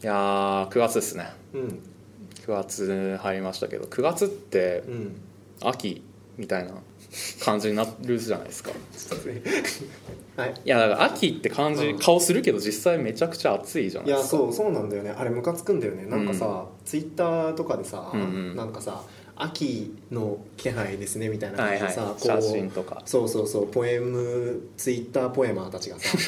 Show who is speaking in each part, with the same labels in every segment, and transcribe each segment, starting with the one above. Speaker 1: いやー9月ですね
Speaker 2: うん
Speaker 1: 9月入りましたけど9月って
Speaker 2: うん
Speaker 1: 秋みたいな感じになるじゃないですかい
Speaker 2: はい
Speaker 1: やだから秋って感じ
Speaker 2: うん
Speaker 1: 顔するけど実際めちゃくちゃ暑いじゃないいで
Speaker 2: や
Speaker 1: すか
Speaker 2: そうそうなんだよねあれムカつくんだよねなんかさ、ツイッターとかでさ、
Speaker 1: うんうん
Speaker 2: なんかさ秋の気配ですねみたいな
Speaker 1: は
Speaker 2: 感
Speaker 1: い
Speaker 2: じ
Speaker 1: はい
Speaker 2: でさ、
Speaker 1: 写真とか
Speaker 2: そうそうそうポエムツイッターポエマーたち がさ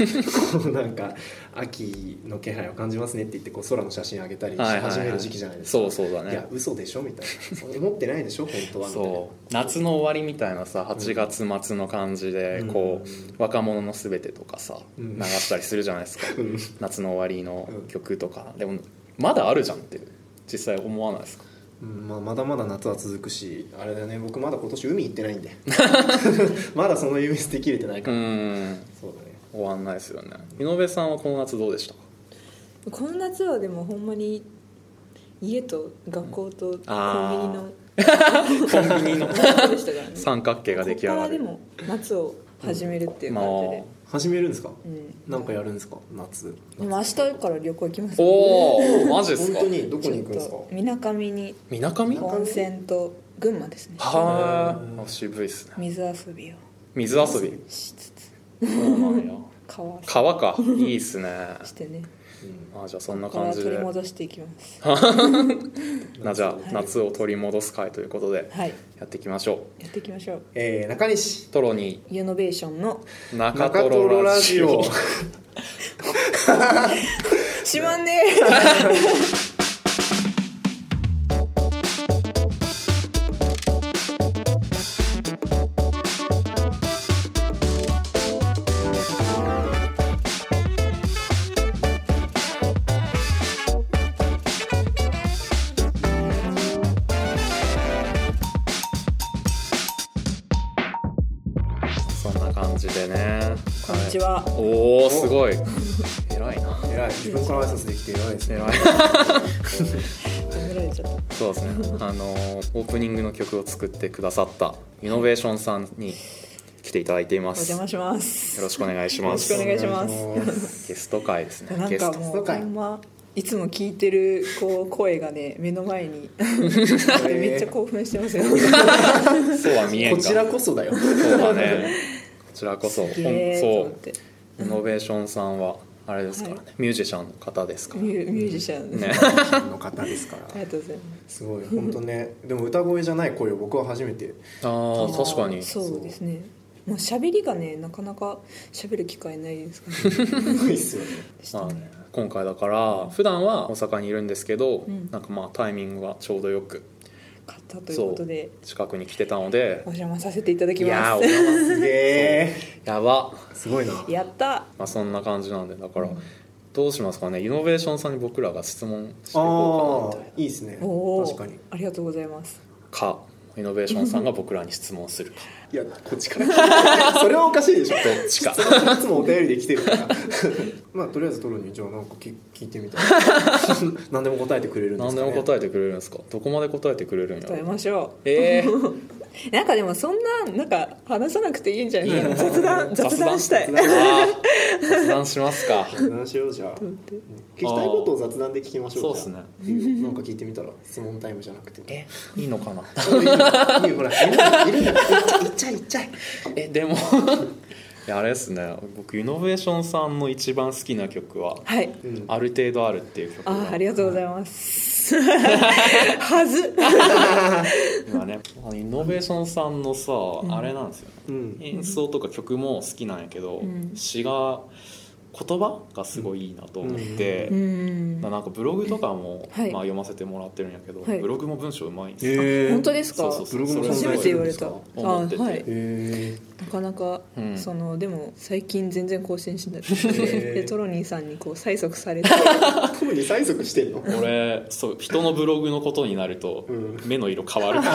Speaker 2: こうなんか秋の気配を感じますねって言ってこう空の写真あげたりし
Speaker 1: はいはいはい
Speaker 2: 始める時期じゃないですか、
Speaker 1: そうそうだ
Speaker 2: いや
Speaker 1: ね
Speaker 2: 嘘でしょみたいな そう思ってないでしょ本当はみたいな
Speaker 1: そう夏の終わりみたいなさ8月末の感じで
Speaker 2: うん
Speaker 1: こう若者のすべてとかさ
Speaker 2: うん
Speaker 1: 流したりするじゃないです か
Speaker 2: うん
Speaker 1: 夏の終わりの曲とかでもまだあるじゃんって実際思わないですか
Speaker 2: うんまあ、まだまだ夏は続くしあれだね僕まだ今年海行ってないんでまだその夢捨てきれてないうから、
Speaker 1: ーん
Speaker 2: そうだね
Speaker 1: 終わんないですよね井上さんはこの夏どうでしたか
Speaker 3: この夏はでもほんまに家と学校とコンビニの
Speaker 1: あ
Speaker 3: コンビニのでしたからね
Speaker 1: 三角形が出来上
Speaker 3: ここか
Speaker 1: が
Speaker 3: らで
Speaker 1: る
Speaker 3: も夏を始めるっていう
Speaker 1: まあ
Speaker 3: 感じ
Speaker 2: 始めるんですか
Speaker 3: で、うん、
Speaker 2: なんかやるんですか夏
Speaker 3: でも明日から旅行行きます
Speaker 1: おおマジです
Speaker 2: 本
Speaker 1: か
Speaker 2: 当にどこ
Speaker 3: ち
Speaker 2: に
Speaker 3: ょ
Speaker 2: 行
Speaker 3: っ
Speaker 2: くんですか
Speaker 3: とみなかみに
Speaker 1: みなかみは
Speaker 3: 温泉と群馬ですね
Speaker 1: あ渋いっすね
Speaker 3: 水遊びを
Speaker 1: 水遊び
Speaker 3: しつつ
Speaker 1: そうなんや
Speaker 3: 川を
Speaker 1: 川かいいっすね
Speaker 3: してね
Speaker 1: あじゃあそんな
Speaker 3: ここ
Speaker 1: 感
Speaker 3: から
Speaker 1: じ
Speaker 3: 取り
Speaker 1: で
Speaker 3: 戻していきます
Speaker 1: なじゃあ夏を取り戻す会ということで
Speaker 3: はい
Speaker 1: やっていきましょ
Speaker 3: やっていきましょう
Speaker 2: えー、中
Speaker 1: う
Speaker 2: 西
Speaker 1: トロに
Speaker 3: イノベーショ ンの
Speaker 1: 中
Speaker 2: 中
Speaker 1: ト
Speaker 2: トロ
Speaker 1: ロ
Speaker 2: ラ
Speaker 1: ラ
Speaker 2: ジ
Speaker 1: ジ
Speaker 2: オ
Speaker 1: オ
Speaker 3: しまんねえ
Speaker 1: そんな感じでね
Speaker 3: こんにちは、
Speaker 1: いおおすご い偉いな
Speaker 2: 偉い自分から挨拶できて偉いですね
Speaker 1: 偉い
Speaker 3: 褒められちゃった
Speaker 1: そうですね、 あのーオープニングの曲を作ってくださったイノベーションさんに来ていただいていま
Speaker 3: お
Speaker 1: す
Speaker 3: 邪
Speaker 1: よ
Speaker 3: 魔します
Speaker 1: ろしくお願いしま
Speaker 3: よ
Speaker 1: す
Speaker 3: ろしくお願いします
Speaker 2: お願いします
Speaker 1: ゲスト会ですね
Speaker 3: なん
Speaker 1: ゲ
Speaker 3: か
Speaker 1: スト
Speaker 3: も
Speaker 2: ゲスト
Speaker 3: う
Speaker 2: か
Speaker 3: ほ
Speaker 2: い
Speaker 3: んまいつも聞いてるこう声がね目の前に めっちゃ興奮してま すよ
Speaker 1: そうは見えん
Speaker 2: こ
Speaker 1: が
Speaker 2: ちらこそだよ
Speaker 1: そうだねこちらこそ
Speaker 3: すげーと思っ
Speaker 1: ほん
Speaker 3: て
Speaker 1: そうイノベーションさんはあれですからね、
Speaker 3: は
Speaker 1: ミュージシャンの方ですから
Speaker 3: ミ
Speaker 1: ね
Speaker 3: ュミュージシャンです、
Speaker 2: の方ですから
Speaker 3: ありがとうございます
Speaker 2: すごい本当ねでも歌声じゃない声を僕は初め て
Speaker 1: あー確かに
Speaker 3: そうですねもう喋りがねなかなか喋る機会ないですからね
Speaker 2: すごいっすよね
Speaker 3: でし
Speaker 1: ま
Speaker 3: た
Speaker 1: あ
Speaker 3: ね
Speaker 1: ね今回だから普段は大阪にいるんですけど、
Speaker 3: うん
Speaker 1: なんかまあタイミングがちょうどよく
Speaker 3: 買ったということで
Speaker 1: 近くに来てたので
Speaker 3: お邪魔させていただき
Speaker 1: いや
Speaker 3: ま
Speaker 1: ー
Speaker 3: す
Speaker 1: お邪魔
Speaker 2: すげえ
Speaker 1: やば
Speaker 2: すごいな
Speaker 3: やった
Speaker 1: まあ、そんな感じなんでだからどうしますかねイノベーションさんに僕らが質問していこう
Speaker 2: あ
Speaker 1: か
Speaker 2: あ
Speaker 1: なみたい
Speaker 2: いいですね
Speaker 3: おお
Speaker 2: 確かに
Speaker 3: ありがとうございます
Speaker 1: なかイノベーションさんが僕らに質問す るか
Speaker 2: いやこっちから 聞いてそれはおかしいでしょ
Speaker 1: どっちか
Speaker 2: いつもお便りで来てるから まあとりあえずトロにじゃあなんか聞聞いてみたい 何でも答えてくれるんで
Speaker 1: 何
Speaker 2: す
Speaker 1: で
Speaker 2: か、
Speaker 1: も
Speaker 2: ね、
Speaker 1: 答えてくれるんですかどこまで答えてくれるんや
Speaker 3: 答え
Speaker 1: ろ
Speaker 3: ましょ
Speaker 1: えー、
Speaker 3: うなんかでもそんななんか話さなくていいんじゃない
Speaker 1: いいの
Speaker 3: 雑談 雑談したい
Speaker 1: 雑談あー雑談しますか
Speaker 2: 雑談しようじゃあ聞きたいことを雑談で聞きましょう
Speaker 1: そうですね
Speaker 2: じゃあっていうなんか聞いてみたら質問タイムじゃなくて
Speaker 1: え いいのかない
Speaker 2: いよほらいるんだいるんだいっちゃいいっちゃいいっち
Speaker 1: えでも いやあれですね僕イノベーションさんの一番好きな曲は
Speaker 3: はい
Speaker 2: ゃい、うん
Speaker 1: 「ある程度ある」っていう曲
Speaker 3: あ
Speaker 1: が
Speaker 3: ありがとうございます。 はず。
Speaker 1: 今ねあのイノベーションさんのさ、あれなんですよね
Speaker 2: うん、
Speaker 1: 演奏とか曲も好きなんやけど、
Speaker 3: うん
Speaker 1: 詩が言葉がすごいいいなと思って、
Speaker 3: うん。
Speaker 1: なんかブログとかも、
Speaker 3: はい
Speaker 1: まあ、読ませてもらってるんやけど、
Speaker 3: はい
Speaker 1: ブログも文章うまいんですよ、
Speaker 2: え
Speaker 3: 本当ですか。
Speaker 1: そうそう
Speaker 2: ブログも
Speaker 3: 初めて言われた。あ
Speaker 2: そ
Speaker 1: 思ってて
Speaker 3: はい。
Speaker 2: え
Speaker 3: なかなか、
Speaker 1: うん
Speaker 3: そのでも最近全然更新しない。
Speaker 2: ー
Speaker 3: でトロニーさんにこう催促されて、
Speaker 2: ー、トロに催促してんの
Speaker 1: 俺そう人のブログのことになると
Speaker 2: うん
Speaker 1: 目の色変わる か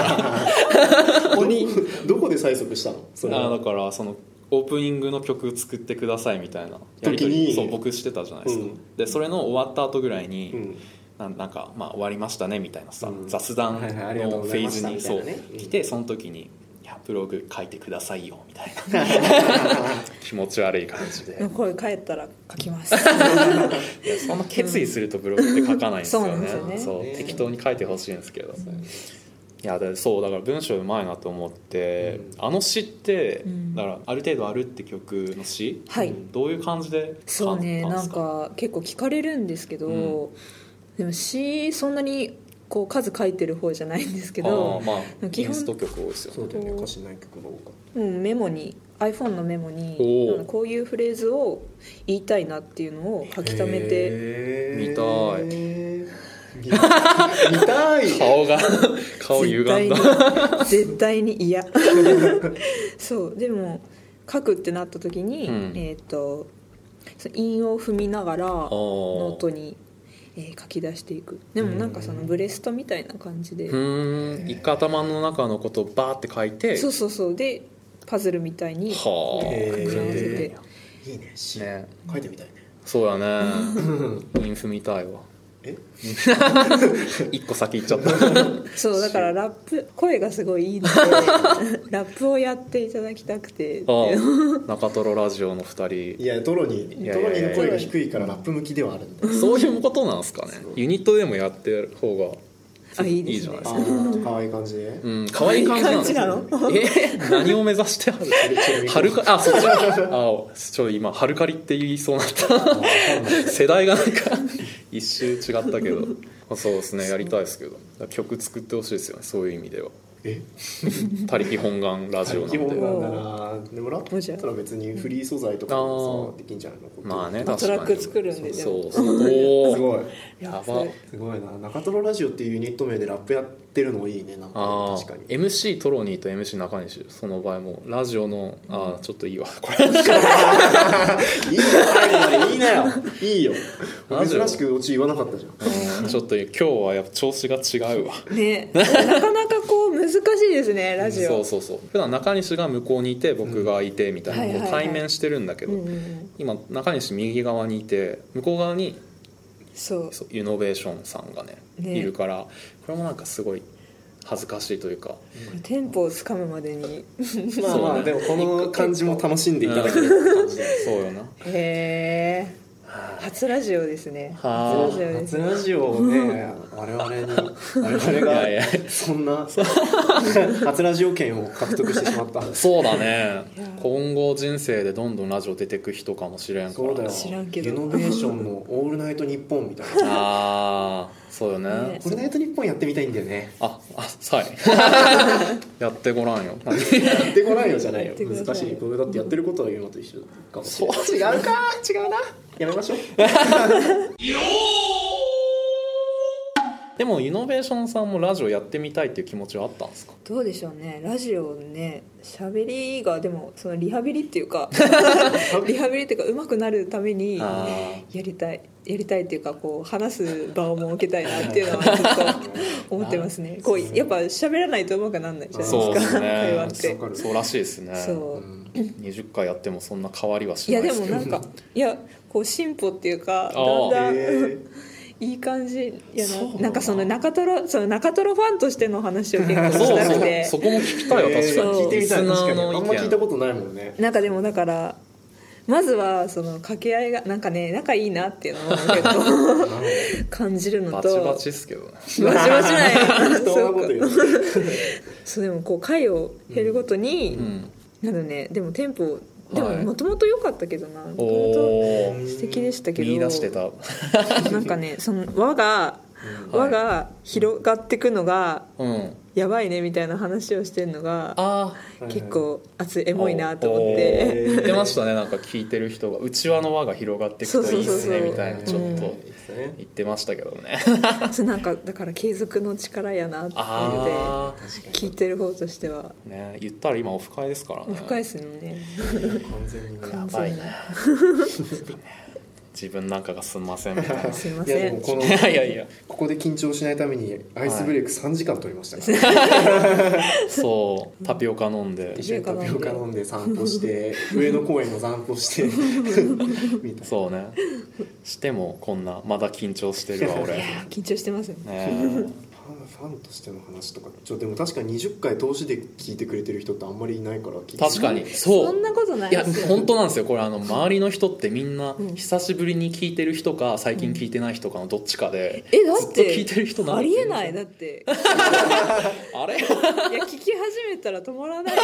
Speaker 1: ら
Speaker 2: 鬼どこで催促したのそれ
Speaker 1: あ
Speaker 2: は
Speaker 1: だからそのオープニングの曲作ってくださいみたいなやり
Speaker 2: 時
Speaker 1: 取
Speaker 2: に
Speaker 1: りそう僕してたじゃないですか、
Speaker 2: うん
Speaker 1: でそれの終わった後ぐらいに、
Speaker 2: うん
Speaker 1: ななんか、まあ、終わりましたねみたいなさ、
Speaker 2: うん
Speaker 1: 雑談の
Speaker 2: は
Speaker 1: フ
Speaker 2: いはいありがとうござい
Speaker 1: ェー
Speaker 2: まし
Speaker 1: ズ
Speaker 2: た
Speaker 1: にそう
Speaker 2: みたいなねうん
Speaker 1: 来てその時に「いやブログ書いてくださいよみたいな気持ち悪い感じで
Speaker 3: の声帰ったら書 きます
Speaker 1: いやそんな決意するとブログって書かないんですよ
Speaker 3: そうなん
Speaker 1: ね
Speaker 3: ですよね
Speaker 1: そう
Speaker 2: ね
Speaker 1: 適当に書いてほしいんですけどいやだそうだから文章うまいなと思って、あの詩って、
Speaker 3: うん
Speaker 1: だからある程度あるって曲の詩、
Speaker 3: はい
Speaker 1: どういう感じで書
Speaker 3: そうね
Speaker 1: たで
Speaker 3: な
Speaker 1: す
Speaker 3: んか結構聞かれるんですけど、
Speaker 1: う
Speaker 3: でも詩そんなにこう数書いてる方じゃないんですけ
Speaker 1: あ
Speaker 3: ど、
Speaker 1: ーまあ
Speaker 3: 基
Speaker 1: イ
Speaker 3: 本
Speaker 1: ンスト曲多いですよ
Speaker 2: そう
Speaker 1: ね
Speaker 2: だよね歌詞ない曲が多かっ
Speaker 3: うん、メモに iPhone のメモに
Speaker 1: おー
Speaker 3: うんこういうフレーズを言いたいなっていうのを書
Speaker 2: た
Speaker 3: き溜めて
Speaker 1: 見たい
Speaker 2: 見たい見 たい
Speaker 1: 顔が顔
Speaker 3: 絶対
Speaker 1: 歪ん
Speaker 3: に
Speaker 1: だ
Speaker 3: 絶対に 嫌そうでも書くってなった時に、
Speaker 1: うん
Speaker 3: えっ、とその韻を踏みながらノー
Speaker 1: ノ
Speaker 3: トに、えー書き出していくでもなんかそのブレストみたいな感じで、
Speaker 1: うーん一回頭の中のことをバーって書いて
Speaker 3: そうそうそうでパズルみたいに
Speaker 1: はあ、
Speaker 2: へー
Speaker 3: 組み合わせて
Speaker 2: いいね詩
Speaker 1: ね
Speaker 2: 書いてみたいね
Speaker 1: そうだね インフみたいわ
Speaker 2: え
Speaker 1: 一個先行っちゃ った
Speaker 3: そうだからラップ声がすごいいいので ラップをやっていただきたくて
Speaker 1: ああ中トロラジオの2
Speaker 2: いやトロニー
Speaker 1: や
Speaker 2: ト
Speaker 1: い
Speaker 2: ロ
Speaker 1: や
Speaker 2: ニ
Speaker 1: い
Speaker 2: ー
Speaker 1: や
Speaker 2: の声が低いからラップ向きではあるんだ
Speaker 1: 人そういうことなんですかねユニットでもやってる方が
Speaker 3: あいいですね
Speaker 1: いいじゃないです
Speaker 2: あ
Speaker 1: か
Speaker 2: ー可愛い感じで
Speaker 1: うん可愛い感じなんですよ
Speaker 3: 感じな
Speaker 1: え何を目指してはるはるかあそっちあちょっと今はるかりって言いそうになった 世代がなんか一周違ったけどそうですねやりたいですけどだから曲作ってほしいですよねそういう意味では
Speaker 2: え
Speaker 1: 「他力本願ラジオ」なん
Speaker 2: 希望
Speaker 1: で
Speaker 2: なんだなでもラップだったら別にフリー素材とかで
Speaker 1: あ
Speaker 2: も
Speaker 1: ー
Speaker 2: さできんじゃないの
Speaker 1: まあね
Speaker 3: まあ
Speaker 1: 確かに
Speaker 3: トラック作るんでで
Speaker 1: そ
Speaker 3: も
Speaker 1: うそうお
Speaker 2: す
Speaker 1: お
Speaker 2: ごい
Speaker 1: やば
Speaker 2: すごいな中トロラジオっていうユニット名でラップやってるのいいねなんか
Speaker 1: あ
Speaker 2: 確か
Speaker 1: ー
Speaker 2: に
Speaker 1: MC トロニーと MC 中西その場合もラジオのあーちょっといいわこれ
Speaker 2: いいよ入るまでいいなよいいよ
Speaker 1: ラジオ
Speaker 2: 珍しくオチ言わなかったじゃん
Speaker 1: うんちょっと今日はやっぱ調子が違うわ
Speaker 3: ねなかなかこう難しいですねラジオ
Speaker 1: そうそうそう普段中西が向こうにいて僕がいてみたいな、
Speaker 3: うん
Speaker 1: こう
Speaker 3: はいはいはい
Speaker 1: 対面してるんだけど、
Speaker 3: うんうんうん
Speaker 1: 今中西右側にいて向こう側に
Speaker 3: そう
Speaker 1: そうイノベーションさんがね
Speaker 3: ね
Speaker 1: いるからこれもなんかすごい恥ずかしいというか
Speaker 3: テンポをつかむまでに
Speaker 2: まあま
Speaker 1: そう
Speaker 2: あ
Speaker 1: ね
Speaker 2: でもこの感じも楽しんでいただける感じで
Speaker 1: そうよな
Speaker 3: へえ初ラジオですね初
Speaker 1: は
Speaker 3: ラジオです
Speaker 2: 夏ラジオをね我々に我々
Speaker 1: いやい
Speaker 2: がそん な初ラジオ権を獲得してしまった
Speaker 1: そうだね
Speaker 3: いや
Speaker 1: 今後人生でどんどんラジオ出てく人かもしれんか
Speaker 2: そう
Speaker 1: ら
Speaker 2: だよ
Speaker 3: 知らんけど
Speaker 2: イノベーションの「オールナイトニッポン」みた いな
Speaker 1: ああそうよね
Speaker 3: ね
Speaker 2: 「オールナイトニッポン」やってみたいんだよね
Speaker 1: ああはい やってごらんよ
Speaker 2: やってこないよじゃない
Speaker 3: や
Speaker 2: よ
Speaker 3: ってください
Speaker 2: 難しいこれだってやってることは言うのと一緒かもし
Speaker 1: そ
Speaker 2: れ
Speaker 1: う
Speaker 2: ない違うか違うなやめましょう
Speaker 1: でもイノベーションさんもラジオやってみたいっていう気持ちはあったんですか
Speaker 3: どうでしょうねラジオね喋りがでもそのリハビリってい うかリハビリっていうか上手くなるためにや
Speaker 1: あ
Speaker 3: りたいやりたいっていうかこう話す場を設けたいなっていうのはずっと思ってます ねこうやっぱ喋らないと上手くならないじゃない
Speaker 1: そうで
Speaker 3: で
Speaker 1: すす
Speaker 3: か、会話
Speaker 1: ね
Speaker 3: っ
Speaker 2: わ
Speaker 3: て
Speaker 2: かる
Speaker 1: そうらしいですね
Speaker 3: そう
Speaker 1: 20回やってもそんな変わりはし
Speaker 3: い
Speaker 1: な
Speaker 3: や
Speaker 1: い
Speaker 3: で
Speaker 1: です
Speaker 3: も
Speaker 1: けど
Speaker 3: なんかいやこう進歩っていうか
Speaker 1: あ
Speaker 3: だん
Speaker 1: ー
Speaker 3: だん、
Speaker 2: え
Speaker 3: いい感じいやな
Speaker 1: そうなんだ
Speaker 3: なんかその中トロその中トロファンとしての話を結構
Speaker 1: そう
Speaker 3: したく
Speaker 1: そう
Speaker 3: て
Speaker 1: そこも聞きたいわ確か
Speaker 3: そう
Speaker 1: に
Speaker 2: 聞いてみたい
Speaker 1: リス
Speaker 2: 確
Speaker 1: ナ
Speaker 2: か
Speaker 1: ー
Speaker 2: にあ
Speaker 1: の
Speaker 2: んま聞いた
Speaker 1: 意
Speaker 2: ことないもん ね
Speaker 3: なんかでもだからまずはその掛け合いがなんかね仲いいなっていうのを結構 感じる
Speaker 1: 見
Speaker 3: の
Speaker 1: バ
Speaker 3: と
Speaker 1: チバチっすけどね
Speaker 3: バチバチない
Speaker 2: 人のこと言
Speaker 3: そうか
Speaker 2: う
Speaker 3: そうでもこう回を減るごとに、
Speaker 1: うん
Speaker 3: なのねでもテンポでも
Speaker 1: はい
Speaker 3: もともと良かったけどなもと
Speaker 1: お
Speaker 3: も
Speaker 1: お
Speaker 3: と素敵でしたけど
Speaker 1: 見出してた
Speaker 3: なんかねその輪が
Speaker 1: うん
Speaker 3: 輪が広がってくのが
Speaker 1: うん
Speaker 3: やばいねみたいな話をしてるのが
Speaker 1: あ
Speaker 3: 結構熱いエモいなと思っ
Speaker 1: お
Speaker 3: て
Speaker 1: ー言ってましたねなんか聞いてる人がうちわの輪が広がってくといいっすねみたいなちょっと言ってましたけどね
Speaker 3: そうなんかだから継続の力やなっていうの
Speaker 1: ああ
Speaker 3: で聞いてる方としては
Speaker 1: ね言ったら今オフ会ですからね
Speaker 3: 深いですよね
Speaker 2: 完全にね
Speaker 1: やばいね自分なんかがすんませんみたいな
Speaker 3: すいま
Speaker 2: いや
Speaker 3: せ
Speaker 2: でも
Speaker 3: ん
Speaker 2: この
Speaker 1: いやいやいや
Speaker 2: ここで緊張しないためにアイスブレイク3時間取りましたから、
Speaker 1: そうタピオカ飲んで
Speaker 2: 一緒にタピオカ飲んで散歩して 上野公園も散歩してみたい
Speaker 1: そうねしてもこんなまだ緊張してるわ俺
Speaker 3: 緊張してますよね
Speaker 1: ね
Speaker 2: ァンファンとしての話とかちょでも確かに20回通しで聞いてくれてる人ってあんまりいないから聞いて
Speaker 1: 確かにそう
Speaker 3: そんなことない
Speaker 1: いや
Speaker 3: ですよ
Speaker 1: 本当なんですよこれあの周りの人ってみんな
Speaker 3: うん
Speaker 1: 久しぶりに聞いてる人か最近聞いてない人かのどっちか で
Speaker 3: えだ
Speaker 1: ず
Speaker 3: っ
Speaker 1: っと聞い
Speaker 3: て
Speaker 1: てる人ん
Speaker 3: あ
Speaker 1: て
Speaker 3: りえないだって
Speaker 1: あれ
Speaker 3: いや聞き始めたら止まらない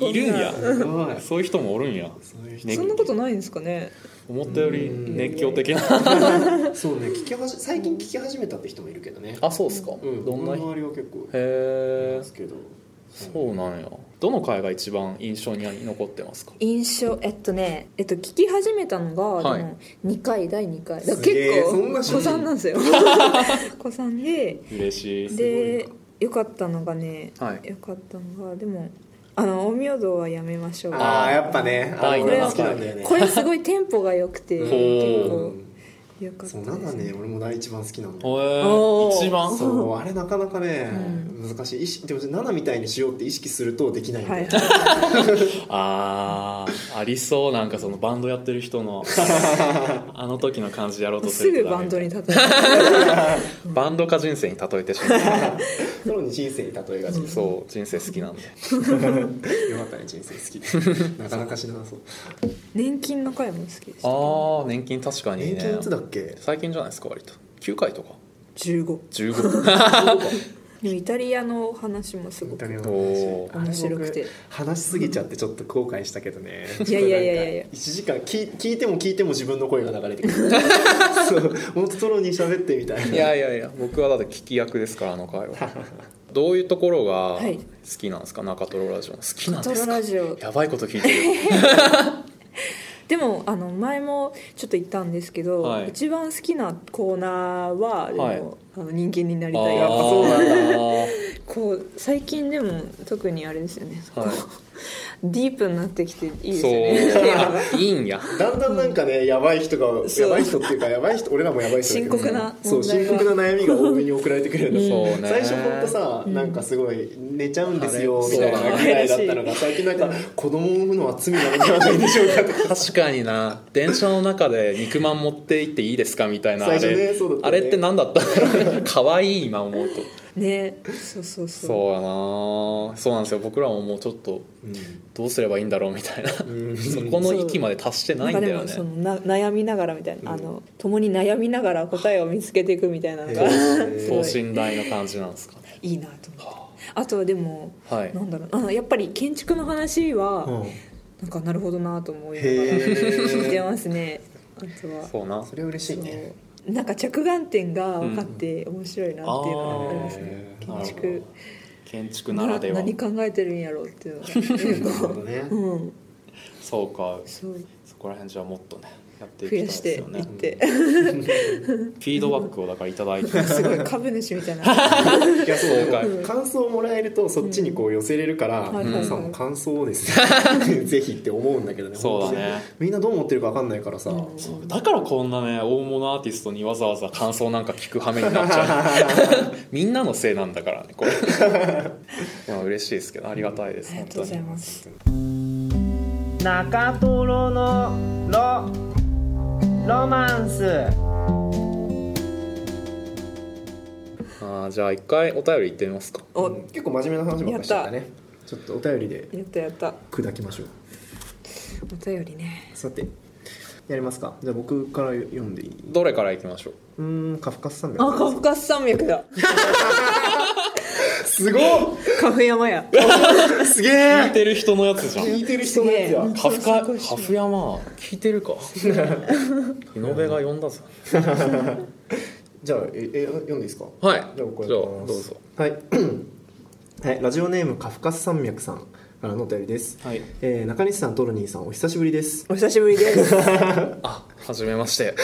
Speaker 1: いるんや
Speaker 2: すごい
Speaker 1: そういう人もおるんや
Speaker 2: そういう人
Speaker 1: ね
Speaker 3: そんなことないんですかね
Speaker 1: 思ったより熱狂的な
Speaker 2: そうね聞きはじ最近聞き始めたって人もいるけどね
Speaker 1: あそうっすか
Speaker 2: うん
Speaker 1: どんな
Speaker 2: 俺
Speaker 1: 人へ
Speaker 2: の周りは結構い
Speaker 1: え
Speaker 2: ますけど
Speaker 1: そうなんやどの回が一番印象に残ってますか
Speaker 3: 印象えっとねえっと聞き始めたのが、
Speaker 1: はい
Speaker 3: でも2回第2回だから
Speaker 2: すげえ
Speaker 3: 結
Speaker 2: そ
Speaker 3: 構
Speaker 2: んな
Speaker 3: 子さんなん ですよ子さんで
Speaker 1: 嬉しい
Speaker 3: でよかったのがね
Speaker 1: はい
Speaker 3: よかったのがでもあの陰陽道はやめましょう
Speaker 2: ああやっぱねあ
Speaker 1: 第
Speaker 2: の
Speaker 3: 七回
Speaker 2: 俺は好きなんだよね
Speaker 3: これすごいテンポが良くて
Speaker 2: うん
Speaker 3: 結
Speaker 1: ほ
Speaker 3: 構
Speaker 2: う
Speaker 3: 良か
Speaker 2: ん
Speaker 3: った
Speaker 2: そう
Speaker 3: です
Speaker 2: なんだね俺も第一番好きなんだ
Speaker 1: へ
Speaker 2: よ
Speaker 1: ー
Speaker 3: おー
Speaker 1: 一番
Speaker 2: そうあれなかなかね、
Speaker 3: う
Speaker 2: 難しい意識でも7みたいにしようって意識するとできないんだ
Speaker 3: は
Speaker 2: よ
Speaker 3: い
Speaker 2: ね、
Speaker 1: あーありそうなんかそのバンドやってる人 のあの時の感じやろうとす
Speaker 3: す
Speaker 1: ると
Speaker 3: ぐバ
Speaker 1: ダメ
Speaker 3: ン
Speaker 1: み
Speaker 3: ド
Speaker 1: たい
Speaker 3: に
Speaker 1: な
Speaker 3: 立てた
Speaker 1: バンドか人生に例えてしまう
Speaker 2: プロに人生に例えがち、 よ
Speaker 1: そう人生好きなんで
Speaker 2: かったね人生好きなかなかしなさそう
Speaker 3: 年金の回も好きでした
Speaker 1: ああ年金確かに
Speaker 2: 年
Speaker 1: ね
Speaker 2: 金いつだっけ
Speaker 1: 最近じゃないですか割と9回とか
Speaker 3: 15
Speaker 1: 15
Speaker 3: でもイタリアのお話もすご
Speaker 2: イタ
Speaker 3: く
Speaker 2: リアの
Speaker 1: おー
Speaker 2: 話
Speaker 3: 面白くて
Speaker 2: 話しすぎちゃってちょっと後悔したけどね
Speaker 3: いやいやいやいやいや
Speaker 2: 1時間聞い聞いても聞いても自分の声が流れ てくるそうもっとトロに喋ってみたいない
Speaker 1: やいやいや僕はだって聞き役ですからあの 回はどういうところが好
Speaker 3: はい
Speaker 1: きなんですか、中トロラジオの好きなん
Speaker 3: ト
Speaker 1: で
Speaker 3: ロ
Speaker 1: すか
Speaker 3: ラジオ
Speaker 1: やばいこと聞いて る
Speaker 3: でもあの前もちょっと言ったんですけど、
Speaker 1: はい
Speaker 3: 一番好きなコーナーはでも、
Speaker 1: はい
Speaker 3: あの人間になり
Speaker 1: あ
Speaker 3: たい
Speaker 2: やっぱ
Speaker 3: が
Speaker 2: そうなん
Speaker 3: こう最近でも特にあれですよね、
Speaker 1: ーはい
Speaker 3: ディープになってきていいです
Speaker 1: そ
Speaker 3: よねテーマが
Speaker 1: ういいんや
Speaker 2: だんだんなんかねやばい人が
Speaker 3: そう
Speaker 2: やばい人っていうかやばい人俺らもやばい人だけど
Speaker 3: 深刻な
Speaker 2: そう
Speaker 3: 問題
Speaker 2: 深
Speaker 3: が
Speaker 2: 刻な悩みが多めに送られてくるんだ
Speaker 1: そうね
Speaker 2: 最初ほんとさなんかすごい寝ちゃうんですよ
Speaker 1: あれ
Speaker 2: みたいなぐらいだったのが最近なんか子供を産むのは罪なんじゃないでしょうかとか
Speaker 1: 確かにな電車の中で肉まん持って行っていいですかみたいな
Speaker 2: 最
Speaker 1: あ
Speaker 2: 初ね
Speaker 1: れ
Speaker 2: そうだった
Speaker 1: あ
Speaker 2: ね
Speaker 1: れって何だった の可愛い今思うと
Speaker 3: ねそうそうそう
Speaker 1: そうやなそうなんですよ僕らももうちょっとどうすればいいんだろうみたいなそ
Speaker 2: うん
Speaker 1: この域まで達してないんだよ
Speaker 3: ん
Speaker 1: ね
Speaker 3: かでもそのな悩みながらみたいな、あの共に悩みながら答えを見つけていくみたいなのが
Speaker 2: へー
Speaker 3: す
Speaker 1: 等
Speaker 3: ごい
Speaker 1: 身大な感じなんですかね
Speaker 3: いいなと思ってあとはでも
Speaker 1: はい
Speaker 3: なんだろうあのやっぱり建築の話は、
Speaker 2: うん
Speaker 3: なんかなるほどなと思いながら
Speaker 2: へ
Speaker 3: 聞いて
Speaker 2: え
Speaker 3: ますねあとは
Speaker 1: そうな
Speaker 2: それは嬉しいね
Speaker 3: そうなんか着眼点が分かって面白いなっていうのがありますね、
Speaker 2: へー
Speaker 1: あー
Speaker 3: 建築
Speaker 1: 建築ならでは
Speaker 3: 何考えてるんやろうっていうのが
Speaker 2: なるほどね
Speaker 3: うん
Speaker 1: そうか
Speaker 3: そう
Speaker 1: そこら辺じゃもっとねやっていき
Speaker 3: 増
Speaker 1: たい
Speaker 3: や
Speaker 1: で
Speaker 3: し
Speaker 1: す
Speaker 3: て
Speaker 1: よ
Speaker 3: い
Speaker 1: ね
Speaker 3: っ
Speaker 1: フ
Speaker 3: て、
Speaker 1: ィードバックをだからいただいて
Speaker 3: すごい株主みたいな
Speaker 2: いやそう
Speaker 1: か
Speaker 2: なんか感想をもらえるとそっちにこう寄せれるから
Speaker 3: うん
Speaker 2: 皆さんも感想をですね ぜひって思うんだけどね
Speaker 1: そうだね
Speaker 2: 本当にみんなどう思ってるか分かんないからさ
Speaker 3: うん
Speaker 1: そうだからこんなね大物アーティストにわざわざ感想なんか聞く羽目になっちゃう みんなのせいなんだからねこれでも嬉しいですけどありがたいです
Speaker 3: ありがとうございます
Speaker 4: 中トロのロロマンス
Speaker 1: あーじゃあ一回お便り行ってみますか
Speaker 3: お
Speaker 2: うん結構真面目な話ばっかりしてたねちょっとお便りで
Speaker 3: やったやった
Speaker 2: 砕きましょう
Speaker 3: お便りね
Speaker 2: さてやりますかじゃあ僕から読んでいい
Speaker 1: どれから行きましょう
Speaker 2: うーんカフカス山
Speaker 3: あカ
Speaker 2: 脈
Speaker 3: フカス山脈だ
Speaker 2: すごい
Speaker 3: カフ山や
Speaker 2: すげ
Speaker 1: 聞い
Speaker 2: え
Speaker 1: てる人のやつじゃん
Speaker 2: 聞いてる人のやつや
Speaker 1: カフカカフ山聞いてる か井上が呼んだぞ
Speaker 2: じゃあええ読んでいいですか
Speaker 1: はい
Speaker 2: じゃあ僕
Speaker 1: じゃあ
Speaker 2: や
Speaker 1: ど
Speaker 2: りま
Speaker 1: う
Speaker 2: す
Speaker 1: ぞ
Speaker 2: はい はいラジオネームカフカス山脈さんからのお便りです
Speaker 1: はい
Speaker 2: えー中西さんトロニーさんお久しぶりです
Speaker 3: お久しぶりです
Speaker 1: あはじめまして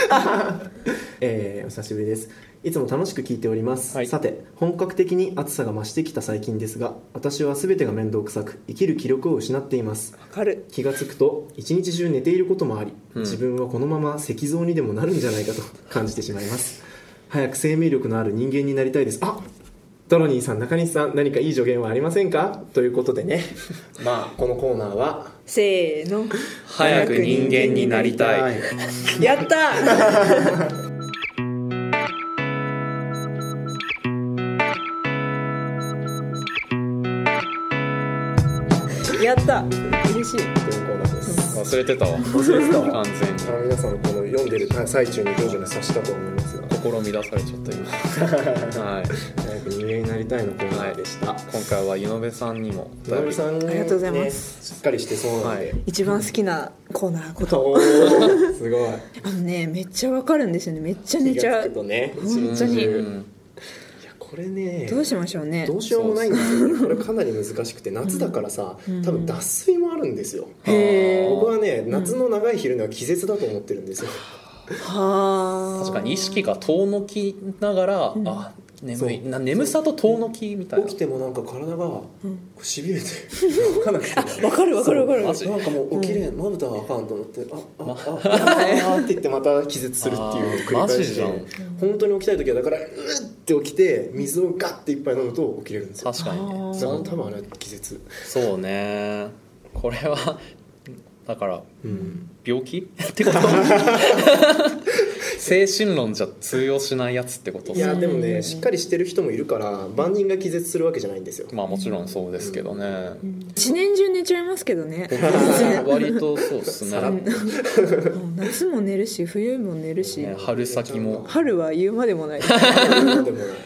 Speaker 2: えーお久しぶりですいつも楽しく聞いております、
Speaker 1: はい
Speaker 2: さて本格的に暑さが増してきた最近ですが私は全てが面倒くさく生きる気力を失っています
Speaker 3: わかる
Speaker 2: 気がつくと一日中寝ていることもあり、
Speaker 1: うん
Speaker 2: 自分はこのまま石像にでもなるんじゃないかと 感じてしまいます早く生命力のある人間になりたいですあトロニーさん中西さん何かいい助言はありませんかということでね まあこのコーナーは
Speaker 3: せーの
Speaker 1: 早く人間になりたい
Speaker 2: い
Speaker 3: やった やった
Speaker 2: 厳しいというコーナーです
Speaker 1: 忘れてたわ
Speaker 2: 忘れてた
Speaker 1: 完全に
Speaker 2: あの皆さんこの読んでる最中に徐々に察したと思いますが
Speaker 1: 心乱されちゃった今 はい、
Speaker 2: 早く人間になりたいのコーナーでした、
Speaker 1: 今回は井上さんにもお便
Speaker 2: 渡辺
Speaker 1: り
Speaker 2: さんね
Speaker 3: ありがとうございます
Speaker 2: しっかりしてそうなんで、
Speaker 1: は
Speaker 3: 一番好きなコーナーこと
Speaker 2: おー すごい
Speaker 3: あのねめっちゃわかるんですよねめっちゃめ
Speaker 2: 気
Speaker 3: ち
Speaker 2: が
Speaker 3: ゃ
Speaker 2: つくとね
Speaker 3: 本当に
Speaker 1: うん
Speaker 2: いやこれね
Speaker 3: どうしましょうね
Speaker 2: どうしようもないんですよねこれかなり難しくて夏だからさ
Speaker 3: うん
Speaker 2: 多分脱水もあるんですよ
Speaker 3: へー
Speaker 2: 僕はね夏の長い昼寝は気絶だと思ってるんですよ
Speaker 3: はあ
Speaker 1: 確かに意識が遠のきながら、
Speaker 3: ん
Speaker 1: あ眠いな眠さと遠のきみたいな
Speaker 2: 起きてもなんか体が
Speaker 3: うん
Speaker 2: しびれて 動かなくて
Speaker 3: わかるわかるわかる
Speaker 1: マジ
Speaker 2: なんかもう起きれんまぶたがあかんと思ってあああああって言ってまた気絶するっていう繰り返しで
Speaker 1: あーマジ
Speaker 2: 本当に起きたい時はだからうって起きて水をガッて一杯飲むと起きれるんですよ
Speaker 1: 確かに
Speaker 3: あ
Speaker 1: ね
Speaker 3: ー
Speaker 2: だから多分あれは気絶
Speaker 1: そうねこれはだから
Speaker 2: うん
Speaker 1: 病気ってこと精神論じゃ通用しないやつってこと
Speaker 2: いやでも
Speaker 3: う
Speaker 2: ね
Speaker 3: ん
Speaker 2: しっかりしてる人もいるから万人が気絶するわけじゃないん ですよ
Speaker 1: まあもちろんそうですけどね、
Speaker 3: 一年中寝ちゃいますけどね
Speaker 1: 割と そうですね
Speaker 2: さらっ
Speaker 3: うん夏も寝るし冬も寝るし
Speaker 1: ね春先も
Speaker 3: 春は言うまでもない
Speaker 2: で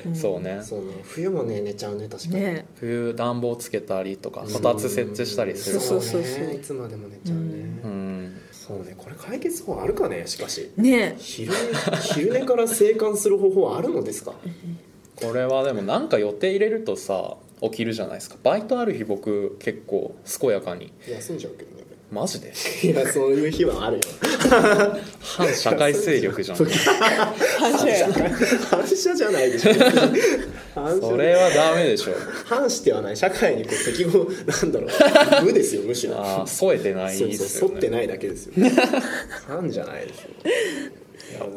Speaker 2: も
Speaker 3: ん
Speaker 1: そうね
Speaker 2: そうね冬もね寝ちゃうね確かに
Speaker 3: ね
Speaker 1: 冬暖房つけたりとかこたつ設置したりする
Speaker 3: そうそうそう
Speaker 2: ねいつまでも寝ちゃう
Speaker 1: う
Speaker 2: ね
Speaker 1: ん
Speaker 2: そうねこれ解決法あるかねしかし
Speaker 3: ね
Speaker 2: 昼寝昼寝から生還する方法はあるのですか
Speaker 1: これはでもなんか予定入れるとさ起きるじゃないですかバイトある日僕結構健やかに
Speaker 2: 休んじゃうけどね
Speaker 1: マジで
Speaker 2: いやそういう日はあるよ
Speaker 1: 反社会勢力じゃん
Speaker 3: 反射や
Speaker 2: 反射じゃないでしょ反
Speaker 1: そ
Speaker 2: 射
Speaker 1: れはダメでしょ
Speaker 2: 反してはない社会にこう適合なんだろう無ですよむしろ
Speaker 1: ああ添えてない
Speaker 2: そう
Speaker 1: で
Speaker 2: そう
Speaker 1: すよ
Speaker 2: 反って
Speaker 1: ね
Speaker 2: ないだ けですよ反じゃないですよ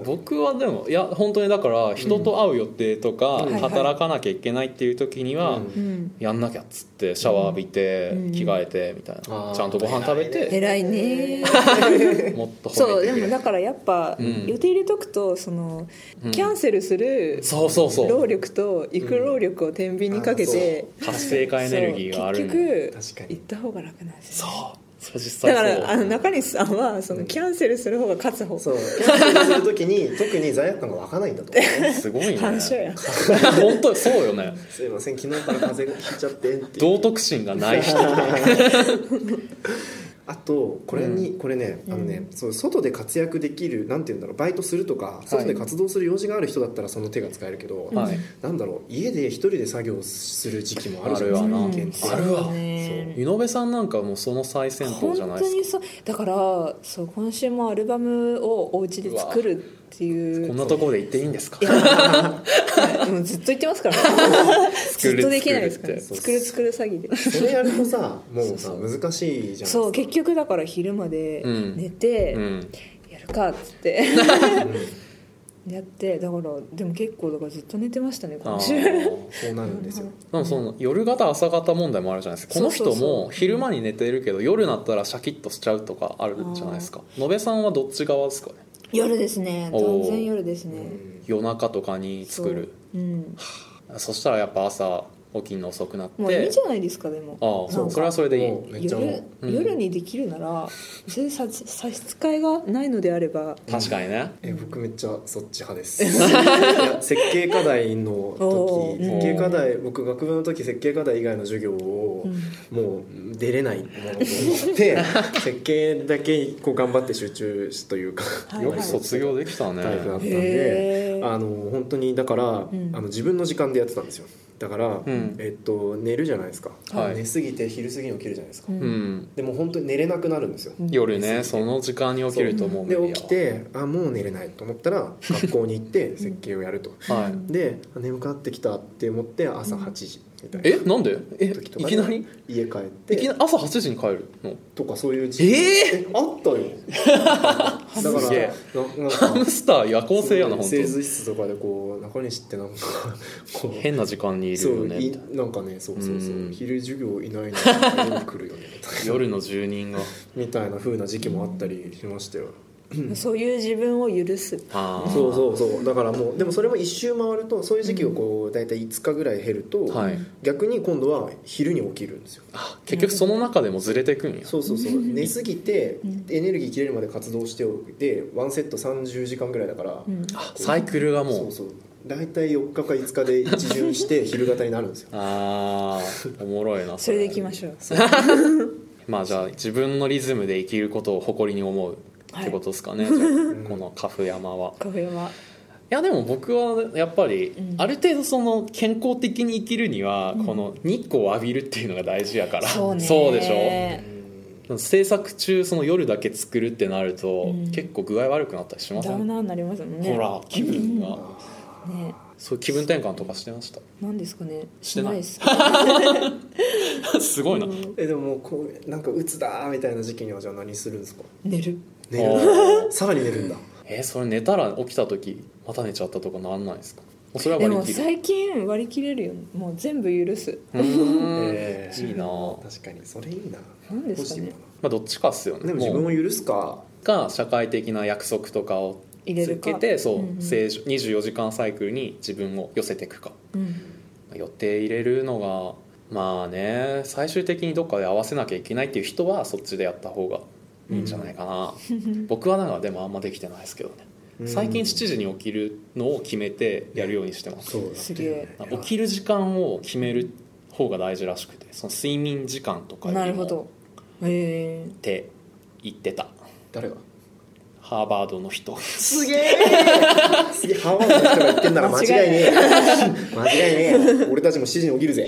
Speaker 1: 僕はでもいや本当にだから人と会う予定とか、
Speaker 2: うん
Speaker 1: 働かなきゃいけないっていう時には、
Speaker 2: うん
Speaker 3: うん
Speaker 1: やんなきゃっつってシャワー浴びて、
Speaker 3: ん
Speaker 1: 着替えてみたいな、
Speaker 2: あー
Speaker 1: ちゃんとご飯食べて、
Speaker 3: 偉いね
Speaker 1: もっと
Speaker 3: そ
Speaker 1: 褒
Speaker 3: う
Speaker 1: め
Speaker 3: で
Speaker 1: てく
Speaker 3: も
Speaker 1: れ
Speaker 3: だからやっぱ
Speaker 1: うん
Speaker 3: 予定入れとくとその
Speaker 1: うん
Speaker 3: キャンセルする
Speaker 1: そうそうそ
Speaker 3: 労
Speaker 1: う
Speaker 3: 力と行く労力を天秤にかけて
Speaker 1: 活性化エネルギーがある
Speaker 3: そ
Speaker 1: ん
Speaker 3: う
Speaker 1: で
Speaker 2: 確
Speaker 3: 結
Speaker 2: か
Speaker 3: 局
Speaker 2: に
Speaker 3: 行った方が楽なんです
Speaker 1: そ
Speaker 3: よ
Speaker 1: うそれ実際
Speaker 3: だ
Speaker 1: そ
Speaker 3: か
Speaker 1: う
Speaker 3: らあの中西さんはそのキャンセルする方が勝つ方
Speaker 2: そうキャンセルする時に 特に罪悪感が湧かないんだと思う ね
Speaker 1: すごいね
Speaker 3: 反射や
Speaker 1: 本当にそうよね
Speaker 2: すいません昨日から風邪がひいちゃってっていう
Speaker 1: 道徳心がない人
Speaker 2: あとこれに、これねあのね、そう外で活躍できるなんて言うんだろうバイトするとか外で活動する用事がある人だったらその手が使えるけど、
Speaker 1: はい
Speaker 2: なんだろう家で一人で作業する時期もあるじゃ
Speaker 1: あ
Speaker 2: な
Speaker 1: る
Speaker 2: い
Speaker 1: わな
Speaker 2: ですか
Speaker 1: あるわ
Speaker 3: ね
Speaker 1: 井上さんなんかもうその最先頭
Speaker 3: 本
Speaker 1: じゃない
Speaker 3: 当
Speaker 1: で
Speaker 3: に
Speaker 1: す
Speaker 3: そうだからそう今週もアルバムをお家で作るってい
Speaker 1: かこん
Speaker 3: う
Speaker 1: なところで言っていいんですか
Speaker 3: もうずっと言ってますからず
Speaker 1: 作
Speaker 3: っ
Speaker 1: る
Speaker 3: とできないですから
Speaker 1: 作
Speaker 3: 作る作る詐欺で
Speaker 2: それやるとさもうさ
Speaker 1: そう
Speaker 2: 難しいじゃん
Speaker 3: そう結局だから昼まで
Speaker 1: うん
Speaker 3: 寝て、
Speaker 1: うん
Speaker 3: やるかっつって やってだからでも結構だからずっと寝てましたね
Speaker 1: あ
Speaker 3: 今週
Speaker 1: ー
Speaker 2: そうなるんですよ
Speaker 1: でもその夜型朝型問題もあるじゃないですかこの人
Speaker 3: そうそう
Speaker 1: も昼間に寝てるけど夜になったらシャキッとしちゃうとかあるじゃないですか野辺さんはどっち側ですかね
Speaker 3: 夜ですね
Speaker 1: おー
Speaker 3: 断然夜です
Speaker 2: う
Speaker 3: ね
Speaker 2: ん
Speaker 1: 夜中とかに作る
Speaker 3: そううん
Speaker 1: そしたらやっぱ朝起きるの遅くなって
Speaker 3: もういいじゃないですかでも
Speaker 1: ああ
Speaker 3: なん
Speaker 1: そう
Speaker 3: か
Speaker 1: それはそれでいい
Speaker 2: もうめっちゃ思
Speaker 3: 夜
Speaker 2: う
Speaker 1: うん
Speaker 3: 夜にできるなら別に差し差し支えがないのであれば
Speaker 1: 確かにね
Speaker 2: え僕めっちゃそっち派ですい や設計課題の
Speaker 3: お
Speaker 2: 時
Speaker 3: ー
Speaker 2: 設計課題僕学部の時設計課題以外の授業をもう出れないもので 設計だけこう頑張って集中しというか
Speaker 3: はい
Speaker 1: よく卒業できたね
Speaker 2: タイプだったん
Speaker 3: へ
Speaker 2: で
Speaker 3: ー
Speaker 2: あの本当にだから、
Speaker 3: ん
Speaker 2: あの自分の時間でやってたんですよだから、
Speaker 1: ん
Speaker 2: えっと、寝るじゃないですか、
Speaker 1: はい
Speaker 2: 寝すぎて昼過ぎに起きるじゃないですか、
Speaker 3: うん
Speaker 1: うん
Speaker 2: でも本当に寝れなくなるんですよ、
Speaker 1: 夜ねその時間に起きるともう無理
Speaker 2: で
Speaker 1: やわ
Speaker 2: 起きてあもう寝れないと思ったら学校に行って設計をやると
Speaker 1: はい
Speaker 2: であ眠くなってきたって思って朝8時みたいな
Speaker 1: えなんでえ
Speaker 2: 時と
Speaker 1: い
Speaker 2: か
Speaker 1: きなり
Speaker 2: 家帰っ
Speaker 1: いきな
Speaker 2: て
Speaker 1: り朝8時に帰るの
Speaker 2: とかそういう時期
Speaker 1: え
Speaker 2: えあったよ だか
Speaker 1: すげえ
Speaker 2: らな
Speaker 1: ハ
Speaker 2: なん
Speaker 1: ム
Speaker 2: か
Speaker 1: スター夜行性やな本
Speaker 2: 製
Speaker 1: 当
Speaker 2: 図室とかでこう中西ってなんかこう
Speaker 1: 変な時間にいる
Speaker 2: そ
Speaker 1: よ
Speaker 2: う
Speaker 1: ね
Speaker 2: い
Speaker 1: みたいな
Speaker 2: なんかねそうそうそう
Speaker 1: うん
Speaker 2: 昼授業いないのに夜来るよねみたいな
Speaker 1: 夜の住人が
Speaker 2: みたいな風な時期もあったりしましたよ
Speaker 3: そういう自分を許す
Speaker 1: あー
Speaker 2: そうそうそうだからもうでもそれも一周回るとそういう時期をこう大体5日ぐらい減ると、
Speaker 1: はい
Speaker 2: 逆に今度は昼に起きるんですよ
Speaker 1: あ結局その中でもずれていくんや
Speaker 2: そうそうそう 寝すぎてエネルギー切れるまで活動しておいてワンセット30時間ぐらいだから、
Speaker 3: うん
Speaker 1: あサイクルがもう
Speaker 2: そうそう大体4日か5日で一巡して昼型になるんですよ
Speaker 1: あーおもろいな
Speaker 3: それでいきましょう
Speaker 1: まあじゃあ自分のリズムで生きることを誇りに思うってことですかね、じゃあこのカフ山は
Speaker 3: カフェはい
Speaker 1: やでも僕はやっぱり
Speaker 3: うん
Speaker 1: ある程度その健康的に生きるには
Speaker 3: うん
Speaker 1: この日光を浴びるっていうのが大事やから、
Speaker 3: そうね
Speaker 1: でしょ制作中その夜だけ作るってなると
Speaker 3: うん
Speaker 1: 結構具合悪くなったりしませ
Speaker 3: ダウ
Speaker 1: ん、
Speaker 3: ナーになりますもんね
Speaker 1: ほら気分が、
Speaker 3: ね
Speaker 1: そういう気分転換とかしてま した
Speaker 3: なんですかね
Speaker 1: してない
Speaker 3: っす
Speaker 1: すごいな、
Speaker 2: えでももうこうなんか鬱だーみたいな時期にはじゃあ何するんですか
Speaker 3: 寝る
Speaker 2: 寝
Speaker 1: あ
Speaker 2: る さらに寝るんだ
Speaker 1: えーそれ寝たら起きた時また寝ちゃったとかなんないですかそれは
Speaker 3: で
Speaker 1: 割
Speaker 3: も
Speaker 1: り切る
Speaker 3: 最近割り切れるよもう全部許す
Speaker 1: うーん
Speaker 2: えー
Speaker 1: いいなぁ
Speaker 2: 確かにそれいいな
Speaker 3: なんで
Speaker 2: ポジ
Speaker 3: すかね
Speaker 2: ティブだ
Speaker 1: まあどっちかっすよね
Speaker 2: なでも自分
Speaker 1: もう
Speaker 2: を許すか
Speaker 1: が社会的な約束とかを
Speaker 3: 入れる
Speaker 1: 続
Speaker 3: か
Speaker 1: けてそう、
Speaker 3: んん
Speaker 1: 正常24時間サイクルに自分を寄せていくか
Speaker 3: うん
Speaker 1: 予定入れるのがまあね最終的にどっかで合わせなきゃいけないっていう人はそっちでやった方がいいんじゃないかな、僕はなんかでもあんまできてないですけどね、最近7時に起きるのを決めてやるようにしてます、
Speaker 2: そうだ
Speaker 3: すげえ
Speaker 1: 起きる時間を決める方が大事らしくてその睡眠時間とか
Speaker 3: な
Speaker 1: より
Speaker 3: る
Speaker 1: も
Speaker 3: ほ
Speaker 1: っ
Speaker 3: どへえ
Speaker 1: て言ってた
Speaker 2: 誰が
Speaker 1: ハーバードの人
Speaker 2: すげえすげえハワイの人が言ってんなら間違いねえ間違いねえ俺たちも7時に起きるぜ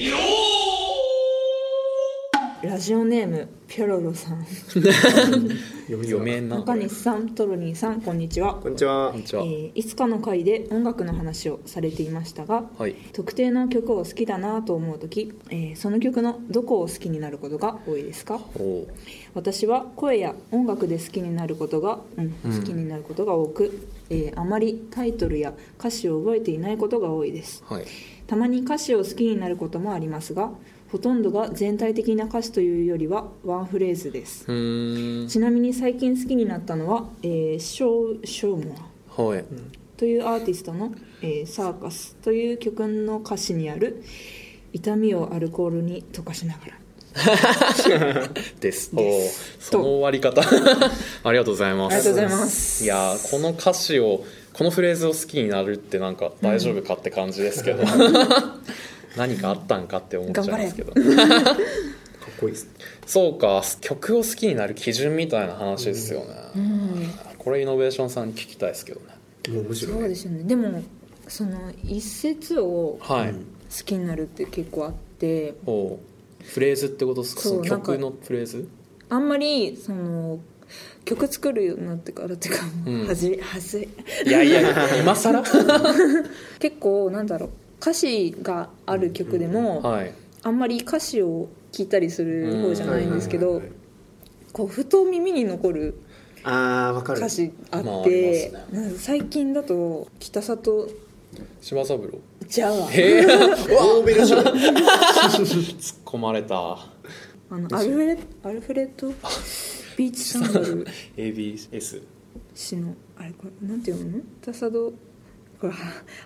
Speaker 3: ラジオネームピョロロさん
Speaker 1: 読めんな
Speaker 3: 中西さんトロニーさんこんにちは
Speaker 2: こんにちは
Speaker 1: こんにち
Speaker 3: え
Speaker 1: は、
Speaker 3: ーいつかの回で音楽の話をされていましたが
Speaker 1: はい
Speaker 3: 特定の曲を好きだなと思う時、えーその曲のどこを好きになることが多いですか
Speaker 1: おお
Speaker 3: 私は声や音楽で好きになることが、うん、
Speaker 1: うん
Speaker 3: 好きになることが多く、えーあまりタイトルや歌詞を覚えていないことが多いです
Speaker 1: はい
Speaker 3: たまに歌詞を好きになることもありますがほとんどが全体的な歌詞というよりはワンフレーズです
Speaker 1: うーん
Speaker 3: ちなみに最近好きになったのは、えーショーショーモア
Speaker 1: はい
Speaker 3: というアーティストの「えーサーカス」という曲の歌詞にある「痛みをアルコールに溶かしながら
Speaker 1: ですお
Speaker 3: で
Speaker 1: ーその終わり方 ありがとうございま」
Speaker 3: あ
Speaker 1: す
Speaker 3: りがとうございま
Speaker 1: い
Speaker 3: す
Speaker 1: やーこの歌詞をこのフレーズを好きになるってなんか大丈夫かって感じです けど、何かあったんかって思っちゃいますけど
Speaker 2: かっこいいですね
Speaker 1: そうか曲を好きになる基準みたいな話ですよね、
Speaker 3: うん
Speaker 1: これイノベーションさんに聞きたいですけどね
Speaker 2: もうむしろ
Speaker 3: そう
Speaker 2: ね
Speaker 3: ですよねでもその一節を好
Speaker 1: はい、
Speaker 2: うん
Speaker 3: きになるって結構あって
Speaker 1: おおーフレーズってことですか
Speaker 3: そ
Speaker 1: そうの曲のフレーズ
Speaker 3: あんまりその曲作るようになってからっていうかもう
Speaker 1: うん
Speaker 3: はじ、はじ
Speaker 1: いやいや今更
Speaker 3: 結構なんだろう歌詞がある曲で も、
Speaker 1: はい
Speaker 3: あんまり歌詞を聞いたりする方じゃないんですけ
Speaker 2: うん
Speaker 3: ど
Speaker 2: はいはいはい
Speaker 3: こうふと耳に残る
Speaker 2: あーわかる
Speaker 3: 歌詞あっ
Speaker 1: まああり
Speaker 3: て、
Speaker 1: ます
Speaker 3: なんか最近だと北里
Speaker 1: 柴三郎
Speaker 3: ジャワ
Speaker 1: へえ
Speaker 2: ノーベル賞
Speaker 1: 突っ込まれた
Speaker 3: あのアルフレアルフレッド・ビーチサンダル
Speaker 1: ABS
Speaker 3: 氏のあれこれなんて読むの北里これは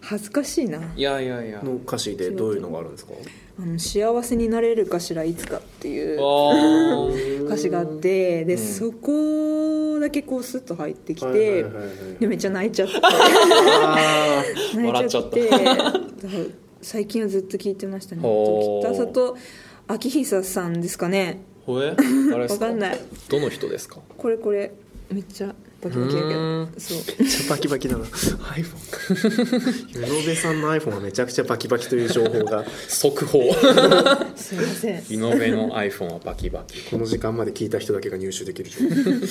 Speaker 3: 恥ずかしいない
Speaker 1: やいやいや
Speaker 2: の歌詞でどういうのがあるんですか
Speaker 3: あの「幸せになれるかしらいつか」っていう
Speaker 1: あ
Speaker 3: 歌詞があってで、
Speaker 1: うん
Speaker 3: そこだけこうスッと入ってきて、
Speaker 2: はいはいはい
Speaker 3: でめっちゃ泣いちゃって
Speaker 2: あー
Speaker 3: 泣いちゃって
Speaker 1: 笑
Speaker 3: 最近はずっと聞いてましたね
Speaker 1: ほう
Speaker 3: 北里昭久さんですかね
Speaker 1: ほえ誰です
Speaker 3: わ
Speaker 1: か
Speaker 3: かんない
Speaker 1: どの人ですか
Speaker 3: これこれめっちゃバキバキやけ
Speaker 1: う
Speaker 3: ど
Speaker 1: ー
Speaker 3: そう
Speaker 2: めっちゃバキバキだな iPhone 湯野辺さんの iPhone はめちゃくちゃバキバキという情報が
Speaker 1: 速 報
Speaker 3: すいません
Speaker 1: イノベの iPhone はバキバキ
Speaker 2: この時間まで聞いた人だけが入手できる 情報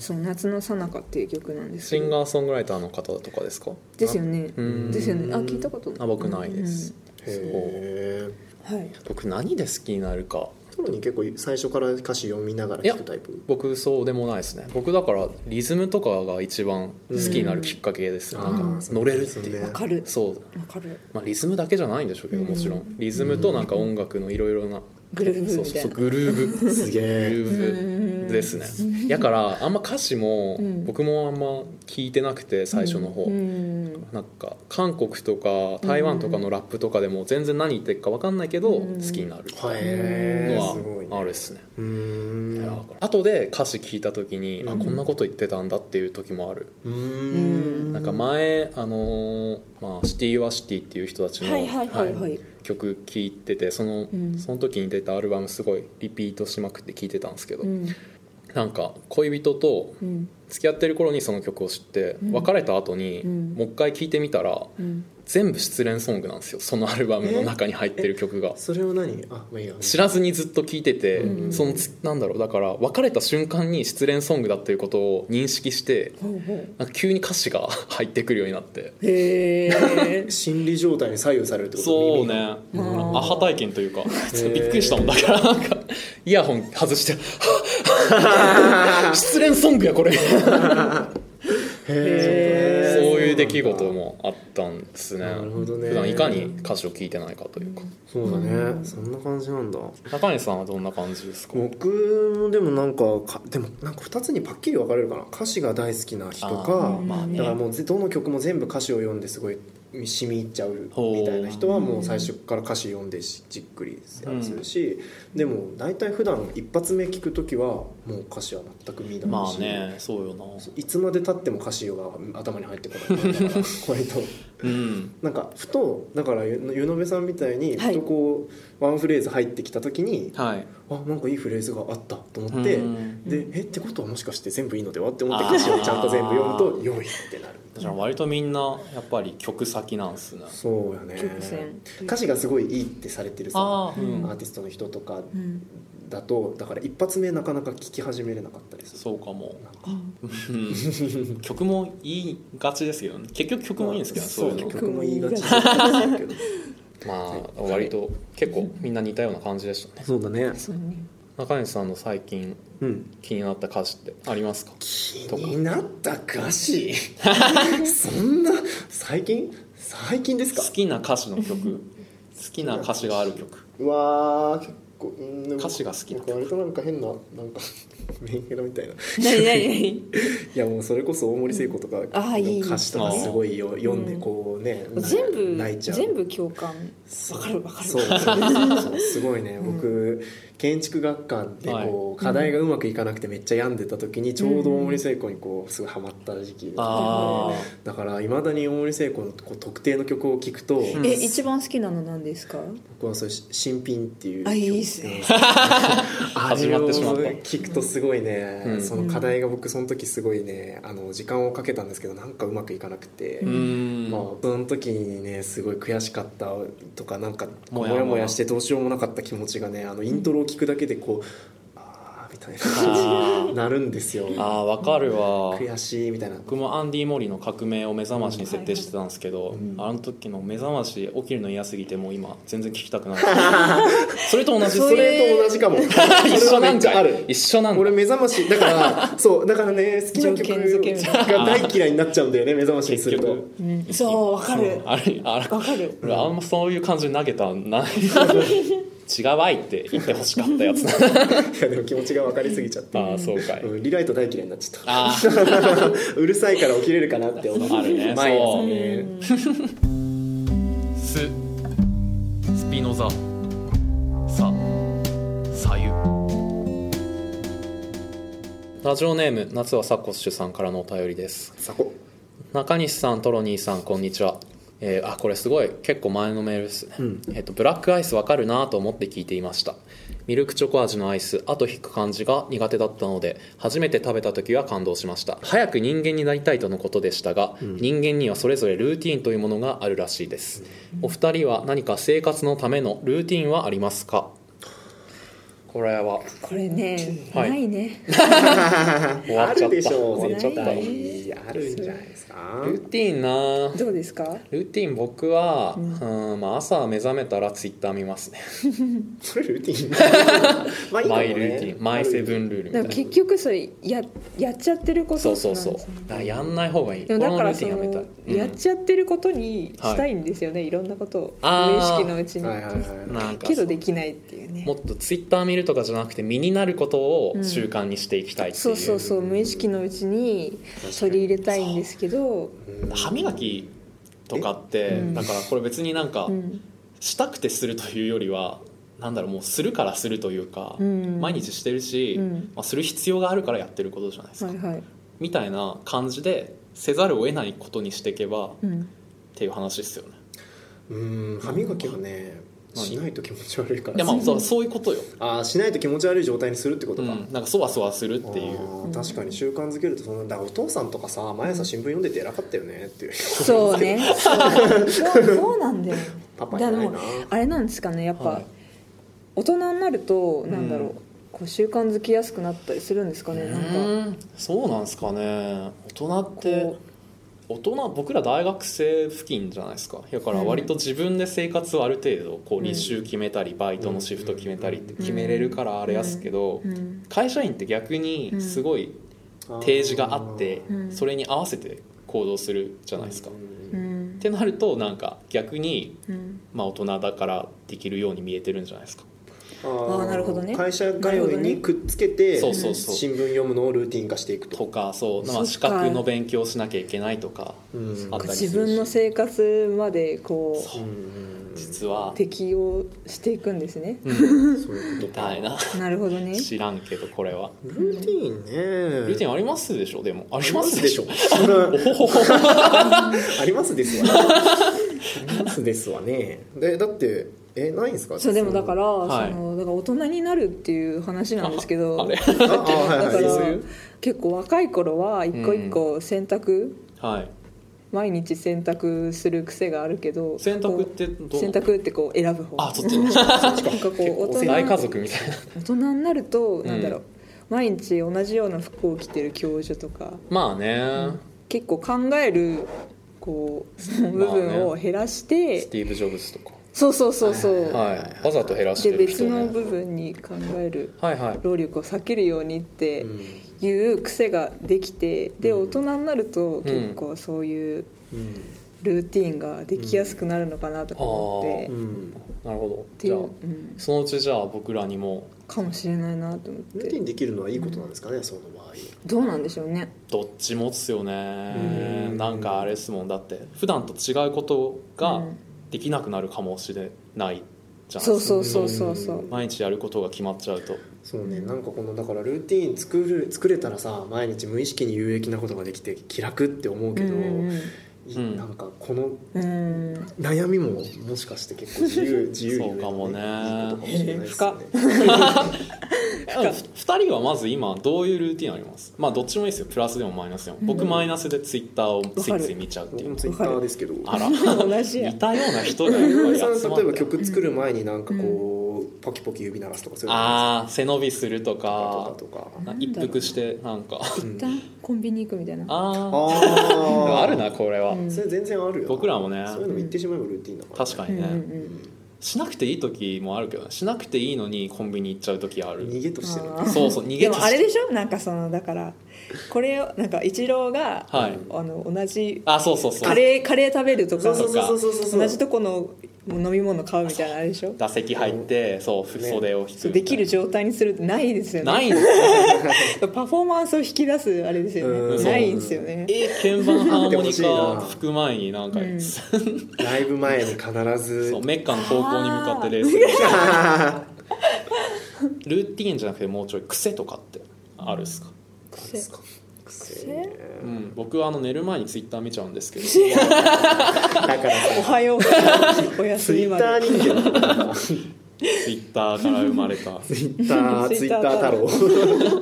Speaker 3: そう夏のさなかっていう曲なんです
Speaker 1: シ
Speaker 3: け
Speaker 1: ン
Speaker 3: ど
Speaker 1: ガーソングライターの方とかですか
Speaker 3: ですよね
Speaker 1: ん
Speaker 3: ですよねあ聞いたこと
Speaker 1: あ僕ないです、
Speaker 2: へえ
Speaker 3: うんはい
Speaker 1: 僕何で好きになるか
Speaker 2: トロに結構最初から歌詞読みながら聞くタイプ
Speaker 1: 僕そうでもないですね僕だからリズムとかが一番好きになるきっかけです、
Speaker 2: あ
Speaker 1: なんか
Speaker 2: ー
Speaker 1: 乗れるっていう、
Speaker 2: そう
Speaker 3: わかる
Speaker 1: そう、
Speaker 3: わかる
Speaker 1: まあ、リズムだけじゃないんでしょうけどもちろんリズムとなんか音楽のいろいろな
Speaker 3: グルーヴみたいな
Speaker 1: そうそうそうグルーヴ
Speaker 2: すげ
Speaker 1: グ
Speaker 2: え
Speaker 1: ルーヴ
Speaker 3: うん
Speaker 1: ですね、だからあんま歌詞も
Speaker 3: うん
Speaker 1: 僕もあんま聞いてなくて最初の方、
Speaker 3: うん
Speaker 1: なんか韓国とか台湾とかのラップとかでも全然何言ってるか分かんないけど
Speaker 3: う
Speaker 1: 好
Speaker 3: ん
Speaker 1: きになる
Speaker 2: へ
Speaker 1: の
Speaker 2: ーすごいね
Speaker 1: はあれですね、
Speaker 2: うーん
Speaker 1: だから後で歌詞聞いた時に、
Speaker 2: うん
Speaker 1: あこんなこと言ってたんだっていう時もある、
Speaker 2: うーん
Speaker 1: なんか前あのーまあ、シティはシティっていう人たちの、
Speaker 3: はいはいはいはい
Speaker 1: 曲聴いててその,、
Speaker 3: うん
Speaker 1: その時に出たアルバムすごいリピートしまくって聴いてたんですけど、
Speaker 3: うん
Speaker 1: なんか恋人と
Speaker 3: うん
Speaker 1: 付き合ってる頃にその曲を知って、
Speaker 3: うん
Speaker 1: 別れた後に、
Speaker 3: うん
Speaker 1: もう一回聴いてみたら
Speaker 3: うん
Speaker 1: 全部失恋ソングなんですよそのアルバムの中に入ってる曲が。
Speaker 2: それは何あまあいいや
Speaker 1: 知らずにずっと聴いてて、
Speaker 3: うん
Speaker 1: そのつなんだろうだから別れた瞬間に失恋ソングだっていうことを認識して
Speaker 3: ほうほう
Speaker 1: なんか急に歌詞が 入ってくるようになって
Speaker 3: へえ
Speaker 2: 心理状態に左右されるってこと
Speaker 1: そう
Speaker 2: 耳
Speaker 1: ね
Speaker 2: が
Speaker 1: アハ体験というかちょっとびっくりしたもんだからなんかイヤホン外して 「失恋ソングやこれ」そう
Speaker 2: へー
Speaker 1: いう出来事もあったんですね
Speaker 2: なるほどね
Speaker 1: 普段いかに歌詞を聞いてないかというか
Speaker 2: そうだねそんな感じなんだ
Speaker 1: 中西さんはどんな感じですか
Speaker 2: 僕もでもなんかかでもなんか2つにパッキリ分かれるかな歌詞が大好きな人
Speaker 1: あ
Speaker 2: か
Speaker 1: ーまあね
Speaker 2: だからもうぜどの曲も全部歌詞を読んですごい染み入っちゃうみたいな人はもう最初から歌詞読んでしじっくりするし、でも大体普段一発目聞く時はもう歌詞は全く見ないし、
Speaker 1: まあねそうよない
Speaker 2: つまでたっても歌詞が頭に入ってこないから割と
Speaker 1: うん
Speaker 2: なんかふとだからゆゆのべさんみたいに
Speaker 3: はい
Speaker 2: ふとこう、ワンフレーズ入ってきた時に
Speaker 1: はい
Speaker 2: あなんかいいフレーズがあったと思って、
Speaker 1: うん
Speaker 2: でえってことはもしかして全部いいのではって思って歌詞をちゃんと全部読むと良いってなるみたい
Speaker 1: じゃあ割とみんなやっぱり曲先なんですね
Speaker 2: なそうやね
Speaker 3: 曲線
Speaker 2: 歌詞がすごいいいってされてるさア
Speaker 1: ああうん
Speaker 2: ーティストの人とか
Speaker 3: うん
Speaker 2: だとだから一発目なかなか聞き始めれなかったりする
Speaker 1: そうかも
Speaker 2: なんか
Speaker 1: うん曲も言いがちですけどね結局曲もいいんですけどねそういうの
Speaker 2: 曲も言いがちだけど
Speaker 1: まあ割と結構みんな似たような感じでしたね
Speaker 2: そうだね
Speaker 3: そうね
Speaker 1: 中西さんの最近
Speaker 2: うん
Speaker 1: 気になった歌詞ってありますか
Speaker 2: 気になった歌 詞そんな最近最近ですか
Speaker 1: 好きな歌詞の曲好きな歌詞がある曲
Speaker 2: うわー結構うんでも
Speaker 1: 歌詞が好きな
Speaker 2: 僕割となんか変ななんかメンヘラみたいな
Speaker 3: 何何
Speaker 2: いやもうそれこそ大森聖子とか
Speaker 3: あーいい
Speaker 2: 歌詞とかすごいよ読んでこうね、
Speaker 3: 何全部
Speaker 2: 泣いちゃう
Speaker 3: 全部共感
Speaker 2: そう
Speaker 3: わかるわかる
Speaker 2: そう そうそうそうすごいね僕、建築学科でこう、課題がうまくいかなくてめっちゃ病んでた時にちょうど大森聖子にこうすごいハマった時期で
Speaker 1: あ
Speaker 2: だからいまだに大森聖子のこう特定の曲を聴くと、
Speaker 1: ん
Speaker 3: え一番好きなの何ですか
Speaker 2: 僕はそれし新品っていう
Speaker 3: あいいっすね
Speaker 1: 始まってしまった
Speaker 2: 聞くとすごいね、
Speaker 1: うん
Speaker 2: その課題が僕その時すごいねあの時間をかけたんですけどなんかうまくいかなくて、
Speaker 1: うーん
Speaker 2: まあ、その時にねすごい悔しかったとかなんか
Speaker 1: も
Speaker 2: モ
Speaker 1: やもや
Speaker 2: ヤモヤしてどうしようもなかった気持ちがねあのイントロを聞くだけでこうああみたいな感じに なるんですよ
Speaker 1: ああわかるわ
Speaker 2: 悔しいみたいな
Speaker 1: 僕もアンディ・モリの革命を目覚ましに設定してたんですけど、あの時の目覚まし起きるの嫌すぎてもう今全然聞きた くないそれと同じ
Speaker 2: それと同じか も
Speaker 1: 一
Speaker 2: 一
Speaker 1: 緒なん
Speaker 2: ちゃ
Speaker 1: か
Speaker 2: ある
Speaker 1: 一緒なん
Speaker 2: 俺
Speaker 1: だ
Speaker 2: 目覚ましだから そうだからね好きな
Speaker 3: 条件付けみたい
Speaker 2: 曲が大嫌いになっちゃうんだよね目覚ましにす
Speaker 1: 結
Speaker 2: る
Speaker 1: 局
Speaker 2: と
Speaker 3: うんそうわかる
Speaker 1: あれあれ
Speaker 3: わかる
Speaker 1: 俺あんまそういう感じで投げたんない 違うわいって言ってほしかったや つな
Speaker 2: いやでも気持ちが分かりすぎちゃって
Speaker 1: ああそうかい
Speaker 2: うんリライト大嫌いになっちゃった
Speaker 1: あ
Speaker 2: うるさいから起きれるかなって思って
Speaker 1: あるね
Speaker 2: 毎
Speaker 1: そ
Speaker 2: 朝
Speaker 1: う
Speaker 2: ね
Speaker 1: ススピノザささゆラジオネーム夏はサッコッシュさんからのお便りです
Speaker 2: さこ
Speaker 1: 中西さんトロニーさんこんにちはえーあこれすごい結構前のメールですね、
Speaker 2: うん
Speaker 1: えっとブラックアイスわかるなと思って聞いていましたミルクチョコ味のアイス後引く感じが苦手だったので初めて食べた時は感動しました早く人間になりたいとのことでしたが、人間にはそれぞれルーティンというものがあるらしいです、お二人は何か生活のためのルーティンはありますかこれは
Speaker 3: これね
Speaker 1: は
Speaker 3: ないいね
Speaker 1: 終わ
Speaker 2: あ
Speaker 1: っちゃ
Speaker 2: る
Speaker 1: っ
Speaker 2: でしたょう
Speaker 1: 終わっちゃっ
Speaker 2: 絶
Speaker 1: た
Speaker 2: 対
Speaker 1: ル
Speaker 2: あるんじゃないですか
Speaker 1: ーティンなあ
Speaker 3: どうですか
Speaker 1: ルーティン僕は、う
Speaker 3: うん
Speaker 1: んまあ、朝目覚めたらツイッター見ますね
Speaker 2: それルーテ ィンまあいいかも
Speaker 1: マ
Speaker 2: ね
Speaker 1: イルーティンマイセブンルールみた
Speaker 3: ないんか
Speaker 1: な
Speaker 3: 結局それややっちゃってること
Speaker 1: そ
Speaker 3: なん
Speaker 1: う
Speaker 3: です
Speaker 1: そ
Speaker 3: ね
Speaker 1: うそうだからやんない方がいい
Speaker 3: でもだから
Speaker 1: こ
Speaker 3: そ
Speaker 1: ルー
Speaker 3: の
Speaker 1: ティンやめた
Speaker 3: や
Speaker 1: い、
Speaker 3: っ
Speaker 1: うん
Speaker 3: ちゃってることにしたいんですよね、い、ろんなことを
Speaker 1: あー
Speaker 3: 無意識のうちに、
Speaker 2: はいはいはい
Speaker 1: なんか
Speaker 3: けどできないっていうね
Speaker 1: もっとツイッター見るとかじゃなくて身になることを習慣にしていきたいってい,、
Speaker 3: そううそうそう無意識のうちに取り入れたいんですけど、
Speaker 1: 歯磨きとかって、
Speaker 3: うん
Speaker 1: だからこれ別になんか
Speaker 3: うん、
Speaker 1: したくてするというよりはなんだろうもうするからするというか、
Speaker 3: うん
Speaker 1: 毎日してるし、
Speaker 3: うん
Speaker 1: まあ、する必要があるからやってることじゃないですか、
Speaker 3: はいはい、
Speaker 1: みたいな感じでせざるを得ないことにしていけばっ
Speaker 3: うん、
Speaker 1: ていう話ですよね
Speaker 2: うん歯磨きはね
Speaker 1: まあ
Speaker 2: しないと気持ち悪いから
Speaker 1: いやまあそうそういうことよ、
Speaker 2: あーしないと気持ち悪い状態にするってこ
Speaker 1: う
Speaker 2: とか、
Speaker 1: ん、なんかそわそわするっていう
Speaker 2: あー確かに習慣づけるとそんなだからお父さんとかさ毎朝新聞読んでて偉かったよねっていう
Speaker 3: そうねそうそうそうなんだよ
Speaker 2: パパじゃないな
Speaker 3: だあれなんですかねやっぱ、
Speaker 1: はい
Speaker 3: 大人になると
Speaker 1: ん
Speaker 3: なんだろう、こう習慣づきやすくなったりするんですかね、なんか
Speaker 1: うんそうなんですかね大人って
Speaker 3: こ
Speaker 1: 大人僕ら大学生付近じゃないですかだから
Speaker 3: うん
Speaker 1: 割と自分で生活をある程度こ
Speaker 3: う
Speaker 1: うん履修決めたりバイトのシフト決めたりって決めれるからあれやすけど
Speaker 3: う、うん
Speaker 1: 会社員って逆にすごい
Speaker 2: あー
Speaker 1: 提示があって
Speaker 3: うん
Speaker 1: それに合わせて行動するじゃないですか。
Speaker 2: う
Speaker 1: っ
Speaker 2: ん
Speaker 3: うん
Speaker 1: てなるとなんか逆に
Speaker 3: うん
Speaker 1: まあ大人だからできるように見えてるんじゃないですか。
Speaker 2: あー
Speaker 3: あーなるほどね
Speaker 2: 会社通いにくっつけて、
Speaker 1: そうそうそう
Speaker 2: 新聞読むのをルーティン化していくと
Speaker 1: とかそう、ま
Speaker 3: そっか
Speaker 1: あ、資格の勉強しなきゃいけないとか
Speaker 2: うん
Speaker 1: あったりするし
Speaker 3: 自分の生活までこ
Speaker 1: そううん実は、
Speaker 3: 適応していくんですね
Speaker 1: うん、
Speaker 2: そういうこ
Speaker 1: み
Speaker 2: とか
Speaker 1: たいな
Speaker 3: なるほどね
Speaker 1: 知らんけどこれは
Speaker 2: ルーティーンね
Speaker 1: ルーティンありますでしょでもありますでしょ
Speaker 2: あ
Speaker 1: おほほほ
Speaker 2: りますですわねありますですわねでだってえないんですか
Speaker 3: そうでもだから、
Speaker 1: はい
Speaker 3: そのだから大人になるっていう話なんですけ ど
Speaker 1: ああれ
Speaker 2: ああはい
Speaker 3: だ
Speaker 2: はい
Speaker 3: か
Speaker 2: はい
Speaker 3: ら
Speaker 2: そういう
Speaker 3: 結構若い頃は一個一個洗濯、
Speaker 1: はい
Speaker 3: 毎日洗濯する癖があるけど
Speaker 1: 洗濯って
Speaker 3: こ
Speaker 1: ど
Speaker 3: う
Speaker 1: う
Speaker 3: 洗濯ってこう選ぶ方
Speaker 1: あそっち
Speaker 3: なんかこう大人
Speaker 1: 大家族みたいな
Speaker 3: 大人になると
Speaker 1: ん
Speaker 3: なんだろう、毎日同じような服を着てる教授とか
Speaker 1: まあね、
Speaker 3: 結構考えるこうその部分を減らして、
Speaker 1: スティーブ・ジョブズとか
Speaker 3: そうそうそうそう、
Speaker 1: はいわざと減らして
Speaker 3: で
Speaker 1: る
Speaker 3: 別
Speaker 1: 人ね
Speaker 3: の部分に考える
Speaker 1: はいはい
Speaker 3: 労力を避けるようにって
Speaker 2: うん
Speaker 3: いう癖ができてで
Speaker 2: うん
Speaker 3: 大人になると結構そういう
Speaker 2: うん
Speaker 3: ルーティンができやすくなるのかなとか思って、
Speaker 1: う
Speaker 2: うん
Speaker 1: なるほ
Speaker 3: っ
Speaker 1: ど
Speaker 3: てい
Speaker 1: じゃ
Speaker 3: う、
Speaker 1: あ
Speaker 3: うん、
Speaker 1: そのうちじゃあ僕らにも
Speaker 3: かもしれないなと思っ
Speaker 2: ルーティ
Speaker 3: て
Speaker 2: ンできるのはいいことなんですかねその場合
Speaker 3: どうなんでしょうね
Speaker 1: どっちもっすよね
Speaker 2: うん
Speaker 1: なんかあれですもんだって普段と違うこと
Speaker 3: う
Speaker 1: が
Speaker 3: ん
Speaker 1: できなくなるかもしれないじゃないで
Speaker 3: そう
Speaker 1: すか
Speaker 3: そうそうそうそう
Speaker 2: うん
Speaker 1: 毎日やることが決まっちゃうと
Speaker 2: そうねなんかこのだからルーティーン作る作れたらさ毎日無意識に有益なことができて気楽って思うけど、
Speaker 3: うん
Speaker 2: い
Speaker 1: うん
Speaker 2: なんかこの
Speaker 3: うんうんうん
Speaker 2: 悩みももしかして結構自 由自由に
Speaker 1: そうかもね
Speaker 2: いいことかもしれないですよね
Speaker 1: 2人はまず今どういうルーティンありますまあどっちもいいですよプラスでもマイナスでも、僕マイナスでツイッターをついつい見ちゃうって
Speaker 2: 僕
Speaker 1: い
Speaker 2: も
Speaker 1: う
Speaker 2: ツイッターですけど
Speaker 1: あら
Speaker 3: 同じや
Speaker 1: 似たような人が
Speaker 2: 井
Speaker 1: い
Speaker 2: 上
Speaker 1: っぱ
Speaker 2: さ
Speaker 1: い
Speaker 2: ん
Speaker 1: 集まって
Speaker 2: 例えば
Speaker 1: る
Speaker 2: 曲作る前になんかこうポキポキ指鳴らすとかそういうの
Speaker 1: ああ背伸びすると
Speaker 2: とか
Speaker 1: か
Speaker 2: とか
Speaker 1: な一服してなんか
Speaker 3: 一旦コンビニ行くみたいな
Speaker 1: ああ
Speaker 2: あ
Speaker 1: あるなこれは、
Speaker 3: うん
Speaker 2: それ全然あるよ
Speaker 1: 僕らもね
Speaker 2: そういうのも言ってしまえばルーティンだから
Speaker 1: 確か
Speaker 3: う
Speaker 1: に
Speaker 3: んう
Speaker 1: ね、
Speaker 3: ん
Speaker 1: しなくていい時もあるけどねしなくていいのにコンビニ行っちゃう時ある
Speaker 2: 逃げとしてる
Speaker 3: あー
Speaker 1: そうそう逃
Speaker 3: うん
Speaker 1: げ
Speaker 3: で
Speaker 1: とし
Speaker 3: も
Speaker 1: て
Speaker 3: あれでしょなんかそのだからこれをなんか一郎が、
Speaker 1: はい
Speaker 3: あの同じ
Speaker 1: あそうそうそう
Speaker 3: カレーカレー食べると
Speaker 2: そう
Speaker 3: か
Speaker 2: そうそうそうそう
Speaker 3: 同じとこの飲み物買うみたいなあれでしょ
Speaker 1: 打席入ってそうふ
Speaker 2: ね
Speaker 1: 袖を引くみた
Speaker 3: そ
Speaker 1: いうな
Speaker 3: できる状態にするってないですよね
Speaker 1: ないんですよ
Speaker 3: パフォーマンスを引き出すあれですよ
Speaker 2: う
Speaker 3: ね
Speaker 2: ん
Speaker 3: ないんですよね
Speaker 1: え鍵盤ハーモニ
Speaker 2: やってほしいな
Speaker 1: カ吹く前になんか、
Speaker 3: うん
Speaker 1: そ
Speaker 2: ライブ前に必ず
Speaker 1: うメッカの方向に向かってレースする ルーティーンじゃなくてもうちょい癖とかってあるっすか、
Speaker 3: 癖
Speaker 2: 癖
Speaker 1: うん、僕はあの寝る前にツイッター見ちゃうんですけど
Speaker 2: だから
Speaker 3: お
Speaker 2: さ
Speaker 3: はようおやす
Speaker 2: ツイ
Speaker 3: み
Speaker 2: ッ
Speaker 3: ま
Speaker 2: ター
Speaker 3: で
Speaker 2: 人間だから
Speaker 1: ツイッターから生まれた
Speaker 2: ツイッターツ
Speaker 3: ツ
Speaker 2: イ
Speaker 3: イ
Speaker 2: ッタ
Speaker 3: ッタ
Speaker 2: ー
Speaker 3: ー
Speaker 2: 太
Speaker 3: 太
Speaker 2: 郎
Speaker 3: 郎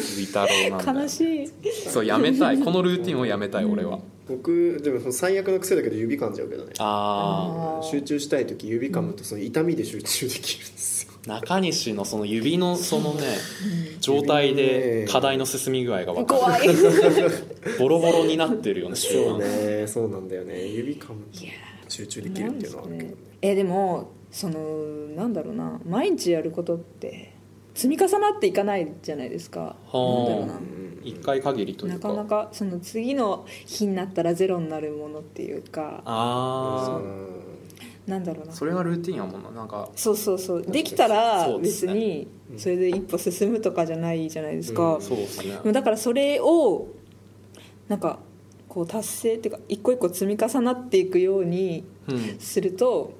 Speaker 1: ツイタローなんだよ
Speaker 3: 悲しい
Speaker 1: そうやめたいこのルーティンをやめたい俺は、
Speaker 2: 僕でもその最悪の癖だけど指噛んじゃうけどね
Speaker 1: あ
Speaker 3: ー
Speaker 2: 集中したい時指噛むとその痛みで集中できるんですよ
Speaker 1: あ中西のその指のそのね状態で課題の進み具合が分かる
Speaker 3: 怖い
Speaker 1: ボロボロになってるよね終
Speaker 2: そう
Speaker 1: 盤
Speaker 2: ねそうなんだよね指噛むと集中できるっていうのはあるけどね
Speaker 3: えでもそのなんだろうな毎日やることって積み重なっていかないじゃないですか
Speaker 1: はあ
Speaker 3: なんだろう
Speaker 2: う
Speaker 3: なん
Speaker 5: 一回限りとい
Speaker 3: な
Speaker 5: うか
Speaker 3: かなかその次の日になったらゼロになるものっていうか
Speaker 1: あ
Speaker 3: なんだろうな
Speaker 5: それがルーティンやもんななんか
Speaker 3: そうそうそうできたら
Speaker 5: そうです
Speaker 3: 別
Speaker 5: ね
Speaker 3: に
Speaker 2: うん
Speaker 3: それで一歩進むとかじゃないじゃないですか、
Speaker 5: そうですね
Speaker 3: だからそれをなんかこう達成っていうか一個一個積み重なっていくように
Speaker 1: うん
Speaker 3: すると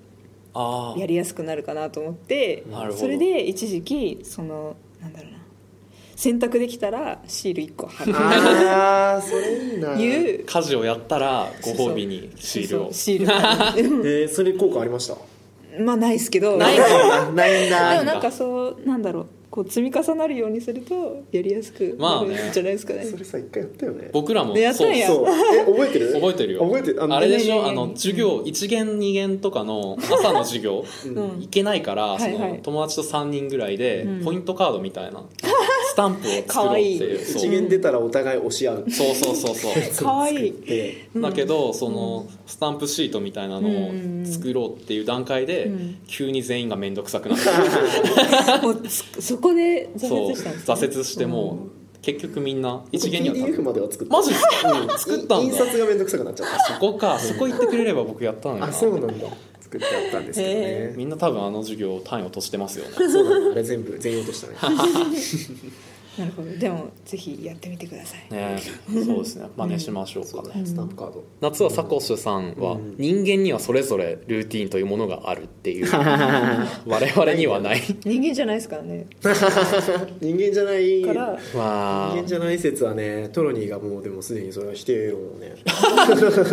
Speaker 1: あー
Speaker 3: やりやすくなるかなと思って
Speaker 1: なるほど
Speaker 3: それで一時期そのなんだろうな選択できたらシール1個貼る
Speaker 2: ああそれいいな
Speaker 3: いうう
Speaker 1: 家事をやったらご褒美にシール
Speaker 3: そうそ
Speaker 1: を
Speaker 3: うシール貼る うん
Speaker 2: えー、それ効果ありました
Speaker 3: まあないですけど
Speaker 1: ない
Speaker 2: あないん
Speaker 3: で
Speaker 2: だ
Speaker 3: もなんかそうなんだろうこう積み重なるようにするとやりやすく
Speaker 1: ま
Speaker 3: な
Speaker 1: あ
Speaker 3: る
Speaker 1: ね
Speaker 3: んじゃないで すかね。
Speaker 2: それさ一回やったよね
Speaker 1: 僕らも
Speaker 3: でやったん
Speaker 1: そう
Speaker 3: や
Speaker 2: そうえ覚えてる
Speaker 1: 覚えてるよ
Speaker 2: 覚えてるの
Speaker 1: あれでし
Speaker 3: いやい
Speaker 1: ょ
Speaker 3: や
Speaker 1: あ
Speaker 3: いや
Speaker 1: の授業1限2限とかの朝の授業
Speaker 3: うん
Speaker 1: 行けないからそ
Speaker 3: はいはい
Speaker 1: の友達と3人ぐらいで
Speaker 3: うん
Speaker 1: ポイントカードみた いなスタンプを作ろうっていう
Speaker 3: かわいい
Speaker 1: そう
Speaker 2: 一元出たらお互い押し合う
Speaker 1: そうそうそうそう
Speaker 3: かわい
Speaker 2: 作
Speaker 3: い
Speaker 2: って
Speaker 1: だけどそのスタンプシートみたいな
Speaker 3: う
Speaker 1: の
Speaker 3: んうんう
Speaker 1: を
Speaker 3: ん
Speaker 1: 作ろうっていう段階で
Speaker 3: うん
Speaker 1: 急に全員が面倒くさくなってそ
Speaker 3: もうつそこで挫
Speaker 1: う
Speaker 3: 折したんですね、
Speaker 1: 挫折してもう結局みんな一元にはたどり
Speaker 2: PDF までは作った
Speaker 1: マジっすか
Speaker 2: うん
Speaker 1: 作ったんだ
Speaker 2: 印刷がめんどくさくなっちゃっ
Speaker 1: そこかそこ行ってくれれば僕やったのに
Speaker 2: た
Speaker 1: な
Speaker 2: あそうなんだ作ってやったんですけど
Speaker 3: へ
Speaker 2: ね
Speaker 1: みんな多分あの授業単位落としてますよね
Speaker 2: そうなんだあれ全部全員落としたね
Speaker 3: なるほどでもぜひやってみてください、
Speaker 1: ねそうですね真似しましょうかね、
Speaker 2: スタンプカード
Speaker 1: 夏はサコッシュさんは
Speaker 2: うん
Speaker 1: 人間にはそれぞれルーティンというものがあるっていう 我々にはない
Speaker 3: 人間じゃないですからね
Speaker 2: 人間じゃない
Speaker 3: から
Speaker 1: まあ
Speaker 2: 人間じゃない説はねトロニーがもうでもすでにそれは否定論をね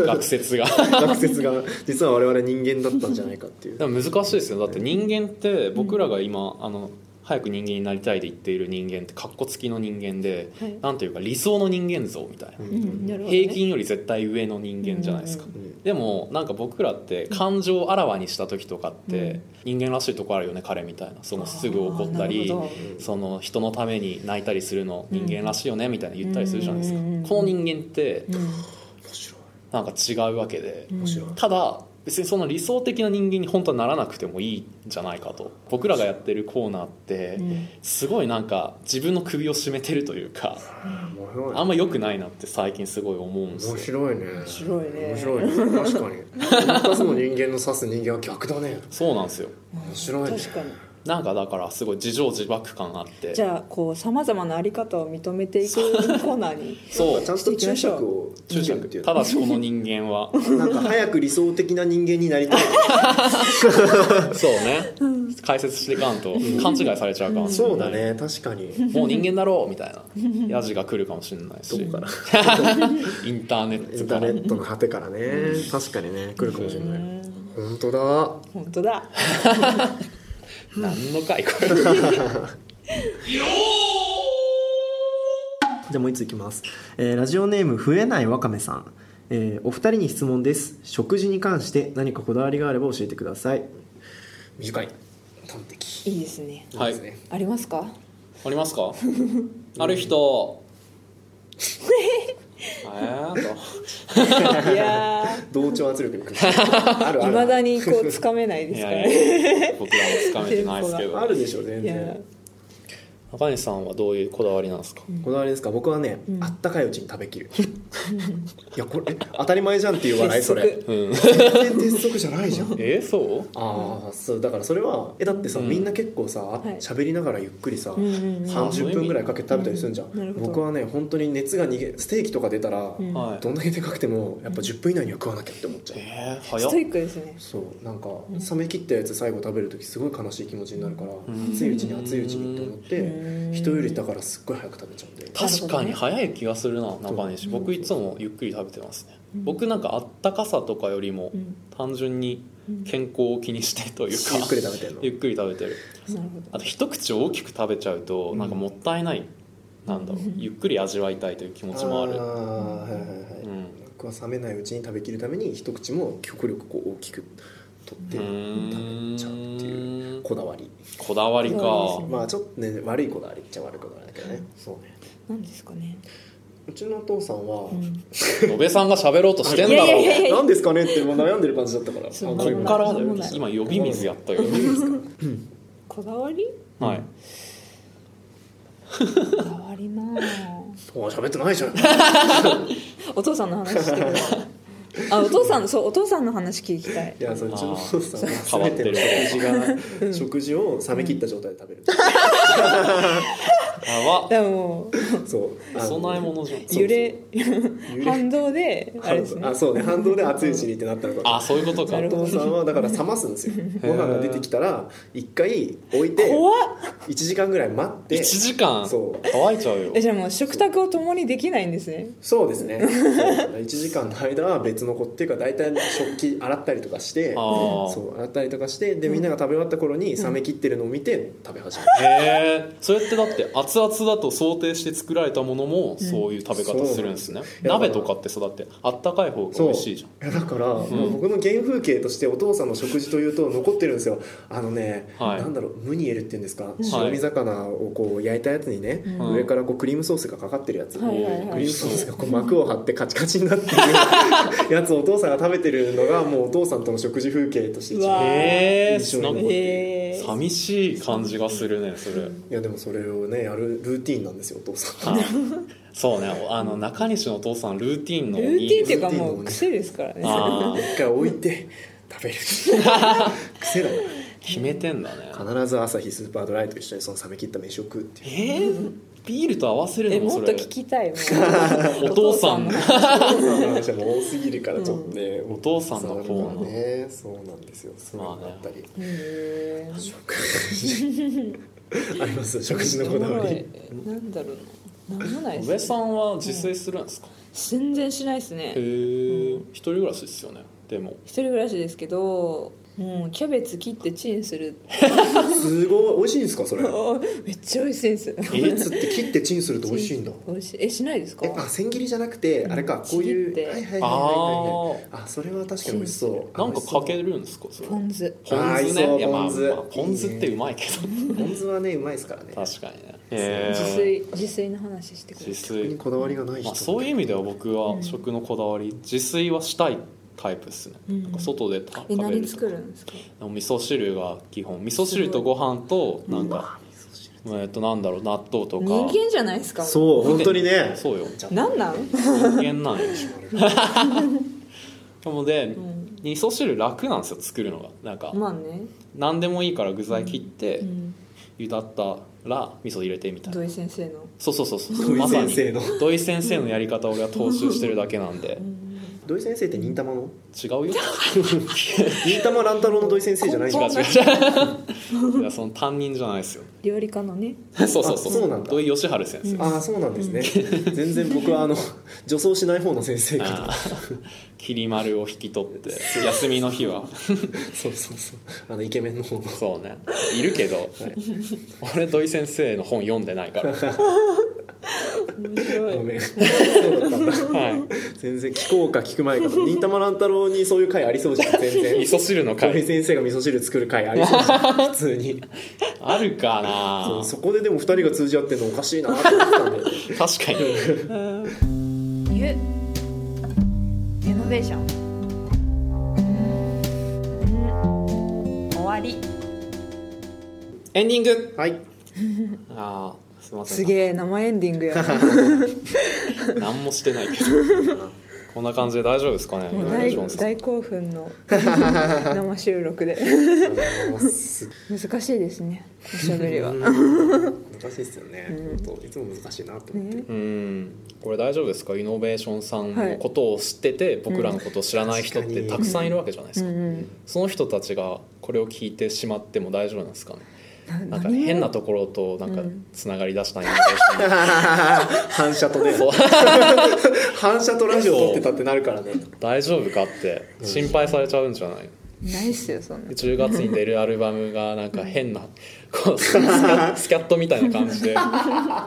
Speaker 1: 学説が
Speaker 2: 学説 が実は我々人間だったんじゃないかっていう
Speaker 1: でも難しいですよだって人間って僕らが今あの早く人間になりたいで言っている人間ってカッコつきの人間で、
Speaker 3: はい
Speaker 1: なんていうか理想の人間像みたいな、
Speaker 2: ん
Speaker 3: うんなるほどね
Speaker 1: 平均より絶対上の人間じゃないですか、
Speaker 3: うん
Speaker 2: うん
Speaker 1: でもなんか僕らって感情をあらわにした時とかって人間らしいとこあるよね彼みたいなそのすぐ怒ったり
Speaker 3: あーなるほ
Speaker 1: その人のために泣いたりするの人間らしいよねみたいな言ったりするじゃないですか
Speaker 3: うんうんうん
Speaker 1: この人間って
Speaker 3: どうん
Speaker 2: 面白い
Speaker 1: なんか違うわけで
Speaker 3: うん
Speaker 2: 面白い
Speaker 1: ただ別にその理想的な人間に本当はならなくてもいいんじゃないかと僕らがやってるコーナーって
Speaker 3: うん
Speaker 1: すごいなんか自分の首を絞めてるというか
Speaker 2: 面白い
Speaker 1: あんま良くないなって最近すごい思うんですよ
Speaker 2: 面白いね面
Speaker 3: 白いね
Speaker 2: 面白いね確かに 二つの人間の指す人間は逆だね
Speaker 1: そうなんですよ
Speaker 2: 面白いね
Speaker 3: 確かに
Speaker 1: なんかだからすごい自情自爆感あって
Speaker 3: じゃあこうさまざまなあり方を認めていくコーナ ーに
Speaker 1: そう
Speaker 2: ちゃんと注釈を
Speaker 1: 注
Speaker 2: 入れるってい
Speaker 1: 釈
Speaker 2: う
Speaker 1: ただしこの人間は
Speaker 2: なんか早く理想的な人間になりたい
Speaker 1: そうね解説していかんと勘違いされちゃうかもしれない
Speaker 2: そうだね確かに
Speaker 1: もう人間だろうみたいなヤジが来るかもしれないし
Speaker 2: どこから
Speaker 1: インターネ
Speaker 2: イ
Speaker 1: ッ
Speaker 2: ン
Speaker 1: ト
Speaker 2: タ
Speaker 1: か
Speaker 2: ー
Speaker 1: ら
Speaker 2: ネットの果てからね確かにね来るかもしれない本当だ
Speaker 3: 本当だ
Speaker 1: 何の回これ
Speaker 2: じゃあもう一ついきます、えーラジオネーム増えないわかめさん、えーお二人に質問です食事に関して何かこだわりがあれば教えてください短い端的
Speaker 3: いいですね
Speaker 1: はい
Speaker 2: ですね
Speaker 3: あります か
Speaker 1: ありますかある人えーっ
Speaker 3: いやー
Speaker 2: 同調圧力に来る ある
Speaker 3: いまだにこうつかめない
Speaker 1: と
Speaker 3: で
Speaker 1: い
Speaker 3: すか
Speaker 1: や
Speaker 3: らね
Speaker 1: いや僕らもつかめてないですけ
Speaker 2: あ
Speaker 1: ど
Speaker 2: るでしょ全
Speaker 3: いや
Speaker 2: 然
Speaker 1: 中西さんはどういうこだわりなんですか
Speaker 2: こだわりですか僕はね、
Speaker 3: うん
Speaker 2: あったかいうちに食べ きるいやこれ当たり前じゃんっていう笑い
Speaker 3: 鉄
Speaker 2: それ
Speaker 3: 則
Speaker 1: うん
Speaker 2: 全然鉄則じゃないじゃ ん
Speaker 1: えそう
Speaker 2: ああそうだからそれはえだってさ、
Speaker 1: うん
Speaker 2: みんな結構さ
Speaker 3: い
Speaker 2: 喋、りながらゆっくりさ、
Speaker 3: うんうんうん
Speaker 2: 30分ぐらいかけて食べたりするんじゃん、
Speaker 3: うんなるほど
Speaker 2: 僕はね本当に熱が逃げステーキとか出たら、
Speaker 3: うん
Speaker 1: はい
Speaker 2: どんだけでかくてもやっぱ10分以内には食わなきゃって思っちゃう、
Speaker 1: えー
Speaker 3: ス
Speaker 1: 早っ
Speaker 3: トイックですね
Speaker 2: そうなんか冷め切ったやつ最後食べる時すごい悲しい気持ちになるから、
Speaker 1: ん
Speaker 2: 熱いうちに熱いうちにって思って、
Speaker 3: うん
Speaker 2: 人よりだからすっごい早く食べちゃうんで、
Speaker 1: 確かに早い気がするな中西僕いつもゆっくり食べてますね僕なんかあったかさとかよりも
Speaker 3: うん
Speaker 1: 単純に健康を気にしてというか
Speaker 2: ゆっくり食べてんの
Speaker 1: ゆっくり食べてる
Speaker 3: なるほど
Speaker 1: あと一口大きく食べちゃうとなんかもったいないなんだろうゆっくり味わいたいという気持ちもあ
Speaker 2: あー
Speaker 1: る
Speaker 2: はいはいはい、
Speaker 1: うん
Speaker 2: 僕は冷めないうちに食べきるために一口も極力こう大きく取って
Speaker 1: う
Speaker 2: 食べちゃうっていう
Speaker 1: ーん
Speaker 2: こだわり
Speaker 1: こだわりか
Speaker 3: そうですね
Speaker 2: まあちょっとね悪いこだわりっちゃ悪いこだわりだけどねそうね
Speaker 3: 何ですかね
Speaker 2: うちのお父さんは、
Speaker 1: 野辺さんが喋ろうとしてんだ
Speaker 3: いやいやい
Speaker 1: ろ
Speaker 3: や
Speaker 2: 何ですかねってもう悩んでる感じだったから
Speaker 3: そう
Speaker 2: あ
Speaker 1: こっからだ
Speaker 3: そ
Speaker 1: よ
Speaker 3: んなことな
Speaker 1: 今
Speaker 3: い
Speaker 1: 呼び水やったよ
Speaker 3: こだわり
Speaker 1: はい
Speaker 3: 変わりなあ
Speaker 6: お喋ってないじゃん
Speaker 3: お父さんの話してください あお父さんそうお父さんの話聞きたい
Speaker 2: いやそれうちのお父さんは
Speaker 1: 変わっ
Speaker 2: 全
Speaker 1: て
Speaker 2: て
Speaker 1: る
Speaker 2: の食事が食事を冷め切った状態で食べる、
Speaker 1: あ
Speaker 3: でもも
Speaker 2: そう
Speaker 1: わ
Speaker 2: あの
Speaker 1: 備え物じゃん
Speaker 3: う揺れ
Speaker 2: 揺れ
Speaker 3: 反動であれですね
Speaker 2: あそうね反動で熱いうちにってなったの
Speaker 1: あ
Speaker 2: か
Speaker 1: そういうことか
Speaker 3: な
Speaker 2: お
Speaker 3: るほど
Speaker 2: 父さんはだから冷ますん ですよご飯が出てきたら一回置いて
Speaker 3: 怖っ
Speaker 2: 1時間ぐらい待って
Speaker 1: 1時間
Speaker 2: そう
Speaker 1: 乾いちゃうよ
Speaker 3: えじゃあもう食卓を共にできないんですね
Speaker 2: そうですね1時間の間は別の子っていうか大体食器洗ったりとかして
Speaker 1: あー
Speaker 2: そう洗ったりとかしてでみんなが食べ終わった頃に冷め切ってるのを見て食べ始める
Speaker 1: へえそれってだって熱々だと想定して作られたものもそういう食べ方するんですね、
Speaker 2: うん
Speaker 1: 鍋とかってさだってあったかい方が美味しいじゃん
Speaker 2: いやだから、僕の原風景としてお父さんの食事というと残ってるんですよあのね、
Speaker 1: はい
Speaker 2: なんだろうムニエルっていうんですか、白身魚をこう焼いたやつにね、
Speaker 1: うん
Speaker 2: 上からこうクリームソースがかかってるやつ、
Speaker 3: はいはい
Speaker 2: ク
Speaker 3: は
Speaker 2: リーム
Speaker 3: い
Speaker 2: ソースがこう膜を張ってカチカチになってるやつをお父さんが食べてるのがもうお父さんとの食事風景として一
Speaker 3: うわ
Speaker 1: へ
Speaker 2: 番
Speaker 1: え
Speaker 2: 印象に
Speaker 1: なん
Speaker 2: 残
Speaker 1: か
Speaker 2: ってる
Speaker 3: へえ
Speaker 1: 寂しい感じがするねそ れ
Speaker 2: いやでもそれをねやるルーティンなんですよお父さん
Speaker 1: あそうねあの中西のお父さんルーティンの
Speaker 3: ルーティンっていうか
Speaker 2: ルーティンの
Speaker 3: も
Speaker 2: ね
Speaker 3: う癖ですからね
Speaker 1: あー
Speaker 2: 一回置いて食べる癖だね
Speaker 1: 決めてんだね
Speaker 2: 必ず朝日スーパードライと一緒にその冷め切った飯を食うっていう
Speaker 1: えー、ビールと合わせる
Speaker 3: え
Speaker 1: のも
Speaker 3: も
Speaker 1: そ
Speaker 3: っと
Speaker 1: れ
Speaker 3: 聞きたいもん
Speaker 1: お父さんの
Speaker 3: お父
Speaker 2: お父さんの話はもう多すぎるからちょっとね、
Speaker 1: お父さんの
Speaker 2: そう
Speaker 1: 方
Speaker 2: なん
Speaker 1: の、
Speaker 2: だねそうなんですよそういうのがあったり、
Speaker 3: へー
Speaker 2: あります 食事のこだわり
Speaker 3: おもろいなんだろうななんもないっすね
Speaker 1: 上さんは自炊するんですか、
Speaker 3: 全然しないです
Speaker 1: へ
Speaker 3: ね
Speaker 1: え一人暮らしですよねでも
Speaker 3: 一人暮らしですけどもうキャベツ切ってチンする
Speaker 2: すごい美味しいんですかそれ
Speaker 3: めっちゃ美味しいんです
Speaker 2: キャベツって切ってチンすると美味しいんだ
Speaker 3: 美味しいえしないですか
Speaker 2: えあ千切りじゃなくてあれかこうい
Speaker 3: ちぎって
Speaker 2: うはいはいはい
Speaker 1: あ
Speaker 2: はい
Speaker 1: あ
Speaker 2: はいあそれは確かに美味しそう
Speaker 1: なんかかけ
Speaker 2: る
Speaker 1: るんですかそれ
Speaker 3: ポン酢
Speaker 1: ポン酢
Speaker 2: あーいいそ
Speaker 1: ね
Speaker 2: う
Speaker 1: いやまあ
Speaker 2: ポン酢
Speaker 1: まあポン酢ってうまいけど
Speaker 2: ポン酢はねうまいですからね
Speaker 1: 確かにね
Speaker 3: 自
Speaker 1: へ
Speaker 3: 炊自炊の話してく
Speaker 1: ー
Speaker 3: れ
Speaker 1: 自
Speaker 3: る
Speaker 2: に
Speaker 1: 炊
Speaker 2: こだわりがない人、
Speaker 1: まあそういう意味では僕は食のこだわり自炊はしたいタイプですね
Speaker 3: うん
Speaker 1: なんか外でた
Speaker 3: え
Speaker 1: 食べる
Speaker 3: 何
Speaker 1: と
Speaker 3: 作
Speaker 1: か
Speaker 3: るんですか
Speaker 1: お味噌汁が基本味噌汁とご飯となんかえーっとなんだろう納豆とか
Speaker 3: 人間じゃないですか
Speaker 2: そう本当にね
Speaker 1: そうよ
Speaker 3: なんなん
Speaker 1: 人間なんよなので
Speaker 3: ん
Speaker 1: 味噌汁楽なんですよ作るのがなんか
Speaker 3: まあね
Speaker 1: 何でもいいから具材切って
Speaker 3: うん
Speaker 1: 茹だったら味噌入れてみたいな
Speaker 3: 土井先生の
Speaker 1: そうそうそうそう
Speaker 2: 土井
Speaker 1: まさ
Speaker 2: 先
Speaker 1: に
Speaker 2: 生の
Speaker 1: 土井先生のやり方を俺は踏襲してるだけなんで
Speaker 2: 土井先生って忍たまの
Speaker 1: 違うよ違う違
Speaker 2: 忍たま乱太郎の土井先生じゃないんだ
Speaker 1: う違う いやその担任じゃないですよ
Speaker 3: 料理家のね
Speaker 1: そうそうそう
Speaker 2: あそうなんだ
Speaker 1: 土井善晴先生
Speaker 2: ああそうなんですね全然僕はあの女装しない方の先生かと
Speaker 1: あー霧丸を引き取って休みの日は
Speaker 2: そうそうそうあのイケメンの方の
Speaker 1: そうねいるけど俺土井先生の本読んでない から、は
Speaker 3: 面白
Speaker 2: ご
Speaker 3: い
Speaker 2: めんそうだったんだ
Speaker 1: い、
Speaker 2: 全然聞こうか聞く前かと忍たま乱太郎にそういう回ありそうじゃん全然
Speaker 1: 味噌汁の
Speaker 2: 土井
Speaker 1: 会
Speaker 2: 先生が味噌汁作る回ありそうじゃん普通に
Speaker 1: あるかな
Speaker 2: そこででも2人が通じ合ってるのおかしいなって思って たんで
Speaker 1: 確かに
Speaker 3: ゆリノベーションうん終わり
Speaker 1: エンディング
Speaker 2: はい
Speaker 1: ああすいません
Speaker 3: すげえ生エンディ ングやな
Speaker 1: 何もしてないけどこんな感じで大丈夫ですかね
Speaker 3: もう
Speaker 1: 大
Speaker 3: 大
Speaker 1: 丈夫です
Speaker 3: 大興奮 の生収録で難しいですねおしゃべりは
Speaker 2: 難しいですよね、本当いつも難しいなと思って、
Speaker 3: ね
Speaker 1: うんこれ大丈夫ですかイノベーションさん
Speaker 3: は
Speaker 1: の
Speaker 3: い
Speaker 1: ことを知ってて、僕らのことを知らない人っ
Speaker 2: うん
Speaker 1: て
Speaker 2: 確か
Speaker 1: た
Speaker 2: に
Speaker 1: くさんいるわけじゃないですか、
Speaker 3: うんうん
Speaker 1: その人たちがこれを聞いてしまっても大丈夫なんですかねなんか
Speaker 3: 何も
Speaker 1: 変なところとなんかつながり だしたイノベ
Speaker 2: 反射とね
Speaker 1: ーション、そう
Speaker 2: 反射とラジオ撮ってたってなるからね
Speaker 1: 大丈夫かって心配されちゃうんじゃない
Speaker 3: ないっすよそんな
Speaker 1: で10月に出るアルバムがなんか変なこうスキャスキャットみたいな感じで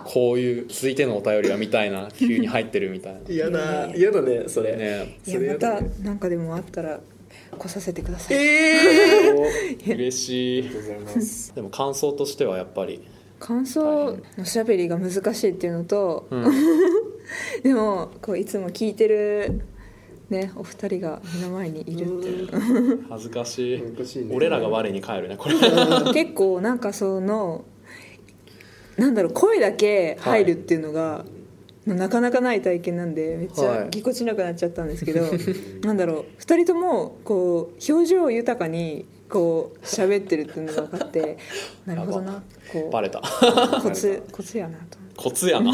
Speaker 1: こういう続いてのお便りはみたいな急に入ってるみたいな。
Speaker 2: 嫌だ嫌だねそれ
Speaker 1: ね
Speaker 3: い
Speaker 2: そ
Speaker 3: や
Speaker 2: れや
Speaker 3: ま
Speaker 2: だ
Speaker 3: た
Speaker 2: ね
Speaker 3: なんかでもあったら来させてください、
Speaker 1: 嬉しい
Speaker 2: ありがとうございます
Speaker 1: でも感想としてはやっぱり
Speaker 3: 感想のしゃべりが難しいっていうのと、でもこういつも聞いてるねお二人が目の前にいるっていう
Speaker 1: 恥ずかしい
Speaker 2: 恥ずかしい ね
Speaker 1: 俺らが我に返るねこれ
Speaker 3: 結構なんかそのなんだろう声だけ入るっていうのが、なかなかない体験なんでめっち
Speaker 7: は
Speaker 3: ゃ
Speaker 7: い
Speaker 3: ぎこちなくなっちゃったんですけ ど、なんだろう2人ともこう表情豊かにこう喋ってるっていうのが分 かってなるほどなこ
Speaker 1: バレた
Speaker 3: うコツコツやなと
Speaker 1: コツやな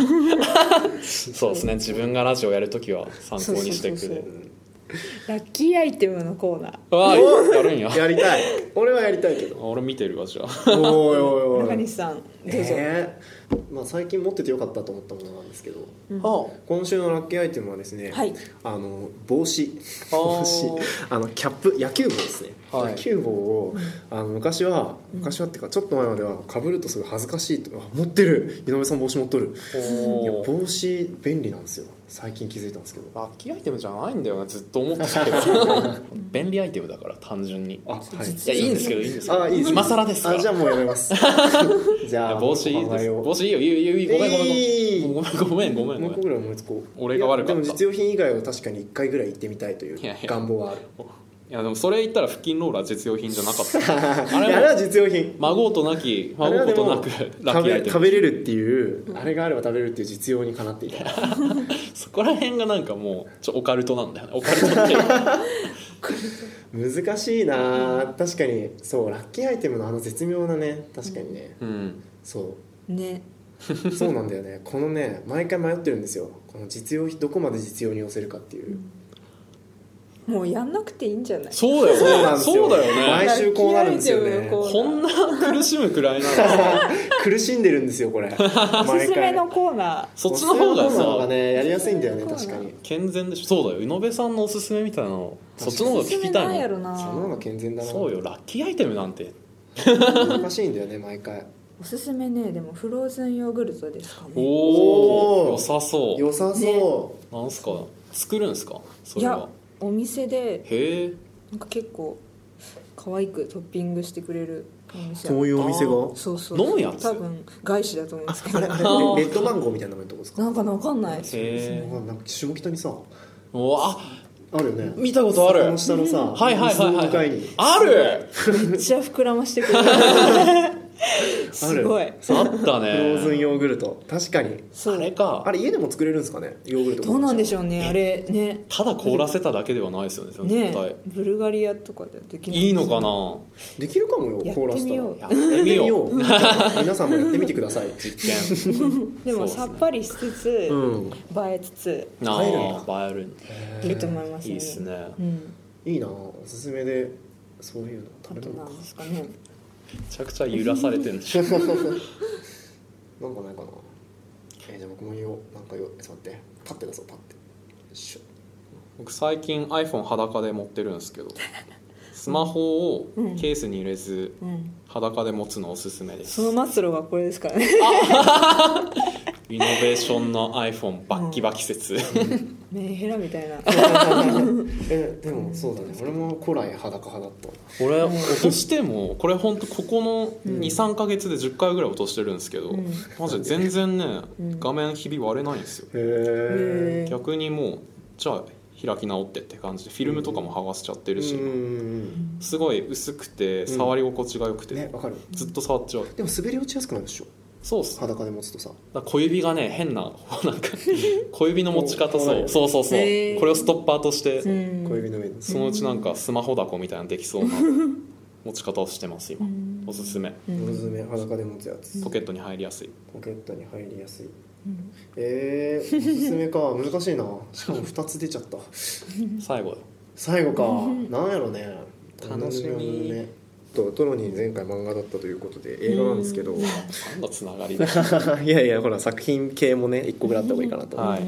Speaker 1: そうですね自分がラジオやるときは参考にしていく
Speaker 3: そうそう
Speaker 1: で
Speaker 3: そうラッキーアイテムのコーナー
Speaker 1: わあやるんや
Speaker 2: やりたい俺はやりたいけど
Speaker 1: 俺見てるわじゃあ
Speaker 2: おいおいお
Speaker 3: 中
Speaker 2: い
Speaker 3: 西さんどうぞ、
Speaker 2: えーまあ、最近持っててよかったと思ったものなんですけど、今週のラッキーアイテムはですね、
Speaker 3: はい
Speaker 2: あの帽子
Speaker 1: あー
Speaker 2: 帽子あのキャップ野球帽ですね、
Speaker 1: はい
Speaker 2: 野球帽をあの昔は昔はっていうかちょっと前まではかぶるとすごい恥ずかしいとあ持ってる井上さん帽子持っとるいや
Speaker 1: おー
Speaker 2: 帽子便利なんですよ最近気づいたんですけど
Speaker 1: ラッキーアイテムじゃないんだよなずっと思ってたけど 便利アイテムだから単純に
Speaker 2: あはい
Speaker 1: いやいいんですけどいいんですけど
Speaker 2: あいいです
Speaker 1: 今更ですから
Speaker 2: あじゃあもうやめます じゃあ
Speaker 1: 帽子いい
Speaker 2: 名
Speaker 1: です
Speaker 2: 前を
Speaker 1: 帽子いいよいいよいいよごめんごめん
Speaker 2: いい
Speaker 1: ごめんごめんごめんご
Speaker 2: もう一
Speaker 1: めん
Speaker 2: 個ぐらい思いつこう
Speaker 1: 俺が悪かった
Speaker 2: いやでも実用品以外は確かに1回ぐらい行ってみたいという
Speaker 1: いやいや
Speaker 2: 願望はある
Speaker 1: いやでもそれ言ったら腹筋ローラー実用品じゃなか った あ
Speaker 2: いやあれ
Speaker 1: れ
Speaker 2: は
Speaker 1: も
Speaker 2: 実用品
Speaker 1: 孫となき
Speaker 2: あれ
Speaker 1: 孫
Speaker 2: はで
Speaker 1: とな
Speaker 2: も
Speaker 1: くラッ
Speaker 2: 食
Speaker 1: キーアイ
Speaker 2: べ
Speaker 1: テ
Speaker 2: 食
Speaker 1: ム
Speaker 2: べれるっていうあれがあれば食べれるっていう実用にかなっていた
Speaker 1: そこら辺がなんかもうちょオカルトなんだよねオカルトっていうか
Speaker 2: 難しいなあ確かにそうラッキーアイテムのあの絶妙なね確かにね
Speaker 1: うん
Speaker 2: そう
Speaker 3: ね
Speaker 2: そうなんだよねこのね毎回迷ってるんですよこの実用どこまで実用に寄せるかっていう
Speaker 3: もうやんなくていいんじゃない
Speaker 1: そうだよね
Speaker 2: そうなんですよ
Speaker 1: そうだよね
Speaker 2: 毎週こうなるんですよ
Speaker 3: ラッキーアイ
Speaker 2: ね
Speaker 3: テムのコーナー
Speaker 1: こんな苦しむくらいなら
Speaker 2: 苦しんでるんですよこ れ
Speaker 3: おす
Speaker 2: 毎
Speaker 3: すめ
Speaker 2: 回
Speaker 3: のコーナ
Speaker 1: そっちの方が
Speaker 2: おすすめの方
Speaker 1: さ
Speaker 2: がねやりやすいんだよね確かに
Speaker 1: 健全でしょそうだよ宇野部さんのおすすめみたいなのそっちの方
Speaker 3: ー
Speaker 1: が
Speaker 3: おすす
Speaker 1: 聞
Speaker 3: め
Speaker 1: き
Speaker 3: な
Speaker 1: た
Speaker 3: ん
Speaker 1: い
Speaker 3: や
Speaker 1: の
Speaker 3: ろな
Speaker 2: その方が健全だな
Speaker 1: そうよラッキーアイテムなんて
Speaker 2: 難しいんだよね毎回
Speaker 3: おすすめねでもフローズンヨーグルトですかね
Speaker 1: おお
Speaker 2: おー
Speaker 1: 良さそう
Speaker 2: 良さそ
Speaker 1: なんすか作るんすかそ
Speaker 3: い
Speaker 1: れ
Speaker 3: や
Speaker 1: は
Speaker 3: お店で
Speaker 1: へえ
Speaker 3: なんか結構可愛くトッピングしてくれるお店
Speaker 2: うこういうお店が
Speaker 3: そうそう
Speaker 1: 飲むやつ
Speaker 3: 多分外資だと思うんですけど
Speaker 2: あれあれレレッドマンゴーみたいな名前のとこですか
Speaker 3: なんかわかんないです
Speaker 1: へえ
Speaker 2: わかんないなんか下北にさ
Speaker 1: うわ
Speaker 2: あるよね
Speaker 1: 見たことある
Speaker 2: 坂の下のさ
Speaker 1: はいはいはい
Speaker 2: 水の向か
Speaker 1: はいい
Speaker 2: に
Speaker 1: ある
Speaker 3: めっちゃ膨らましてくれ るすごい
Speaker 1: あった
Speaker 2: フローズン
Speaker 1: ね
Speaker 2: ヨーグルト確かに
Speaker 1: あれか
Speaker 2: あれ家でも作れるんですかねヨーグルト
Speaker 3: どうなんでし
Speaker 2: ょ
Speaker 3: ょうねあれね
Speaker 1: ただ凍らせただけではないですよね絶
Speaker 3: ね
Speaker 1: 対
Speaker 3: ブルガリアとかではできない
Speaker 1: いいのかな
Speaker 2: うできるかもよ
Speaker 3: やっ
Speaker 2: 凍ら
Speaker 3: て
Speaker 2: せた
Speaker 3: み
Speaker 2: ら
Speaker 3: よう
Speaker 1: やってみよう
Speaker 2: う 皆さんもやってみてください
Speaker 1: 実験
Speaker 3: で
Speaker 1: そう
Speaker 3: も
Speaker 1: です
Speaker 3: さ
Speaker 1: ね
Speaker 3: っぱりしつつ、
Speaker 2: うん
Speaker 3: 映えつつ
Speaker 1: あ
Speaker 2: 入るん
Speaker 1: あ映えるんだ
Speaker 3: いいと思います
Speaker 1: いいっすね
Speaker 3: うん、
Speaker 2: いいなおすすめでそういうの
Speaker 3: あ
Speaker 2: 食べ
Speaker 3: と
Speaker 2: るの
Speaker 3: な
Speaker 2: か
Speaker 3: んですかね
Speaker 1: めちゃくちゃ揺らされてるんでしょ
Speaker 2: なんかないかなえーじゃあ僕も言おうなんかよちょっと待ってパッて出そうパッてよい しょ
Speaker 1: 僕最近 iPhone 裸で持ってるんですけ どスマホをケースに入れず
Speaker 3: うん、
Speaker 1: 裸で持つのおすすめです
Speaker 3: その末路がこれですからね
Speaker 1: イノベーションの iPhone バッキバキ説
Speaker 3: メンヘラみたいな
Speaker 2: えでもそうだね俺も古来裸派だった
Speaker 1: 俺落としてもこれほんとここの23か月で10回ぐらい落としてるんですけど、
Speaker 3: うん
Speaker 1: マジで全然ね
Speaker 3: うん
Speaker 1: 画面ひび割れないんですよ
Speaker 2: へ
Speaker 3: へー
Speaker 1: 逆にもうじゃあ開き直ってって感じでフィルムとかも剥がしちゃって
Speaker 2: え
Speaker 1: るし、
Speaker 2: うん
Speaker 1: すごい薄くて触り心地が良くて、
Speaker 2: ねわかる
Speaker 1: ずっと触っちゃう
Speaker 2: でも滑り落ちやすくなるでしょ
Speaker 1: そうっすね
Speaker 2: 裸で持つとさ
Speaker 1: だから小指がね変な なんか小指の持ち方
Speaker 2: こうこうな
Speaker 1: そうそ
Speaker 2: る
Speaker 1: うそうそう、
Speaker 3: へー
Speaker 1: これをストッパーとして、
Speaker 3: うん
Speaker 2: 小指の上に
Speaker 1: そのうちなんかスマホだこみたいなのできそう な持ち方をしてます今、おすすめ
Speaker 2: 泥爪裸で持つやつ
Speaker 1: ポケットに入りやすい
Speaker 2: ポケットに入りやすいえー、おすすめか難しいなしかも2つ出ちゃった
Speaker 1: 最後よ
Speaker 2: 最後かなんやろね
Speaker 1: 楽しみ
Speaker 2: おのねとトロニー前回漫画だったということで映画なんですけど
Speaker 1: 何のつながり だ
Speaker 2: いやいやほら作品系もね1個ぐらいあった方がいいかなと思う
Speaker 1: はい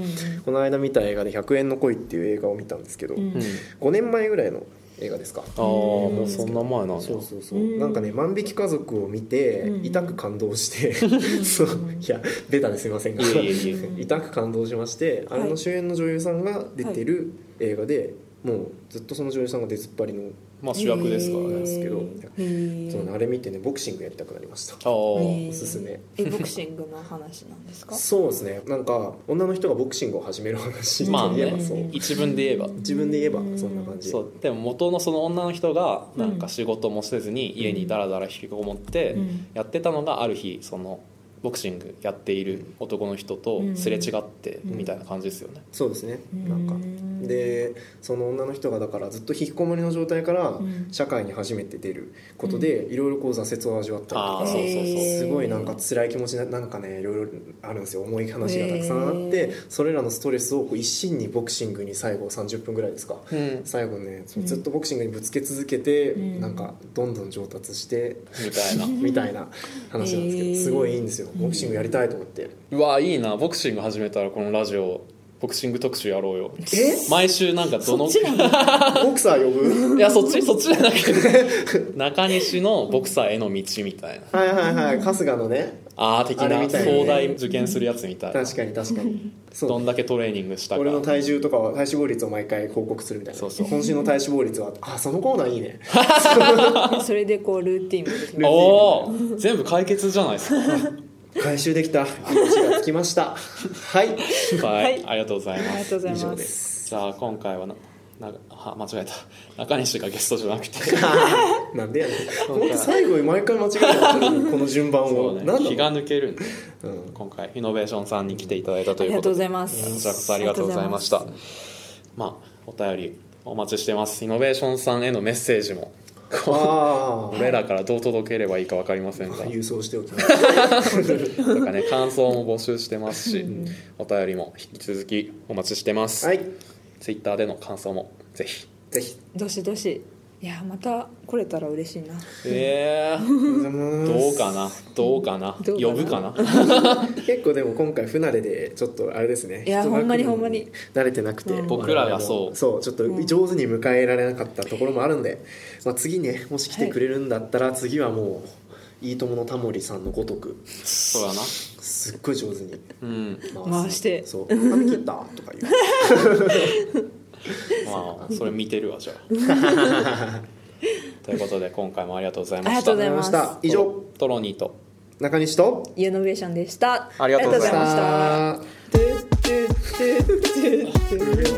Speaker 2: この間見た映画で「100円の恋」っていう映画を見たんですけど、
Speaker 3: うん
Speaker 1: うん
Speaker 2: 5年前ぐらいの映画ですか
Speaker 1: ああもうそんな前なんだ
Speaker 2: そうそうそう、
Speaker 3: うん
Speaker 2: なんかね「万引き家族」を見て、
Speaker 3: うん
Speaker 2: 痛く感動して そういやベタですいませんが
Speaker 1: いえいえいえ
Speaker 2: 痛く感動しまして、
Speaker 3: はい
Speaker 2: あれの主演の女優さんが出てる映画で、もうずっとその女優さんが出ずっぱりの
Speaker 1: まあ主役ですから
Speaker 2: なん
Speaker 1: ね、
Speaker 2: ですけど、
Speaker 3: へー
Speaker 2: そうねあれ見てねボクシングやりたくなりました
Speaker 1: あー
Speaker 2: おすすめ
Speaker 3: えボクシングの話なんですか
Speaker 2: そうですねなんか女の人がボクシングを始める話
Speaker 1: まあ
Speaker 2: といえば
Speaker 1: ね
Speaker 2: そう、
Speaker 1: 一文で言えば
Speaker 2: 自分で言えばそんな感じ
Speaker 1: そうでも元のその女の人がなんか仕事もせずに家にダラダラ引きこもって
Speaker 3: うん
Speaker 1: やってたのがある日そのボクシングやっている男の人とすれ違ってみたいな感じですよね、
Speaker 2: そうですね
Speaker 3: うん
Speaker 2: なんかでその女の人がだからずっと引きこもりの状態から
Speaker 3: ん
Speaker 2: 社会に初めて出ることでいろいろこう挫折を味わったりと
Speaker 1: あー
Speaker 2: か
Speaker 1: そうそうそう
Speaker 2: すごいなんか辛い気持ちななんかねいろいろあるんですよ重い話がたくさんあっ
Speaker 3: へ
Speaker 2: てそれらのストレスをこう一身にボクシングに最後30分ぐらいですか
Speaker 1: うん
Speaker 2: 最後ねそうずっとボクシングにぶつけ続けて
Speaker 3: ん
Speaker 2: なんかどんどん上達して
Speaker 1: みたいな
Speaker 2: みたいな話なんですけ
Speaker 3: へ
Speaker 2: ど
Speaker 3: ー
Speaker 2: すごいいいんですよボクシングやりたいと思って
Speaker 1: うわいいなボクシング始めたらこのラジオボクシング特集やろうよ
Speaker 2: え
Speaker 1: 毎週なんかどの
Speaker 3: そっちなの
Speaker 2: ボクサー呼ぶ
Speaker 1: いやそっちそっちじゃなくて中西のボクサーへの道みたいな
Speaker 2: はいはいはい春日のね
Speaker 1: ああ的
Speaker 2: あれ
Speaker 1: な
Speaker 2: みたいなね
Speaker 1: 壮大受験するやつみたいな
Speaker 2: 確かに確か にそう
Speaker 1: どんだけトレーニングしたか
Speaker 2: 俺の体重とかは体脂肪率を毎回報告するみたいな
Speaker 1: そうそう
Speaker 2: 今週の体脂肪率はあそのコーナーいいね
Speaker 3: それでこうルーティンもできる
Speaker 1: おお全部解決じゃないですか
Speaker 2: 回収できた命がつきまし たはい
Speaker 1: はい、
Speaker 3: はい
Speaker 1: ありがとうござい
Speaker 3: あ
Speaker 1: ま
Speaker 3: りが
Speaker 1: す
Speaker 3: とうござい
Speaker 2: 以上
Speaker 3: ま
Speaker 2: ですす
Speaker 1: じゃあ今回はななあ間違えた中西がゲストじゃなくて
Speaker 2: なんでやねんほんと最後に毎回間違えてるこの順番
Speaker 1: そ
Speaker 2: を、
Speaker 1: うね
Speaker 2: なんだろう
Speaker 1: 気が抜けるんで
Speaker 2: うん
Speaker 1: 今回イノベーションさんに来ていただいたと
Speaker 3: あ
Speaker 1: い
Speaker 3: り
Speaker 1: う
Speaker 3: が
Speaker 1: こと
Speaker 3: う
Speaker 1: とで
Speaker 3: ございま
Speaker 1: こ
Speaker 3: す
Speaker 1: ちらこそありがとうございました。まあ、お便りお待ちしてます。イノベーションさんへのメッセージも、
Speaker 2: あ
Speaker 1: 俺らからどう届ければいいか分かりませんが、
Speaker 2: あ
Speaker 1: と
Speaker 2: 郵送しておきます
Speaker 1: か ね、感想も募集してますし、お便りも引き続きお待ちしてます。
Speaker 2: はい
Speaker 1: ツイッターでの感想もぜひ。
Speaker 2: ぜひ
Speaker 3: どしどしいやまた来れたら嬉しいな
Speaker 1: え
Speaker 2: あ
Speaker 1: ー、
Speaker 2: りがとうございます
Speaker 1: どうかなどうかな
Speaker 3: どうかな
Speaker 1: 呼ぶかな
Speaker 2: 結構でも今回不慣れでちょっとあれですね
Speaker 3: いや
Speaker 2: 人が来る
Speaker 3: ほんまに
Speaker 2: の
Speaker 3: ほんまに
Speaker 2: 慣れてなくて、
Speaker 3: うん
Speaker 1: 僕らがそう
Speaker 2: そうちょっと上手に迎えられなかったところもあるんで、まあ、次ねもし来てくれるんだったら次はもういいとものタモリさんのごとく
Speaker 1: そうだな。
Speaker 2: すっごい上手に
Speaker 1: うん。
Speaker 2: 回す
Speaker 3: 回して
Speaker 2: そう「髪切った」と か言う
Speaker 1: まあ、それ見てるわ、じゃ あ。ということで、今回もありがとうございました。
Speaker 3: ありがとうござい
Speaker 2: り
Speaker 3: ま
Speaker 2: ますした以上
Speaker 1: トロニーと。
Speaker 2: 中西と
Speaker 3: イノベーションでした
Speaker 1: ありがとうございま
Speaker 3: ありがとうございまし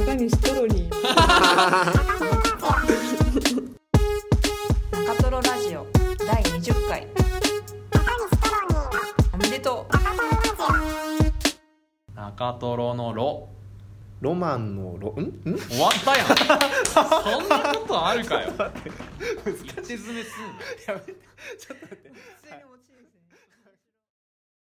Speaker 3: た中西トロニー
Speaker 8: 中トロラジオ第20回おめでとう
Speaker 1: 中トロのロ。
Speaker 2: ロマンのロんん
Speaker 1: 終わったやんそん なことあるかよ難しい詰めすんの
Speaker 2: ちょっと待って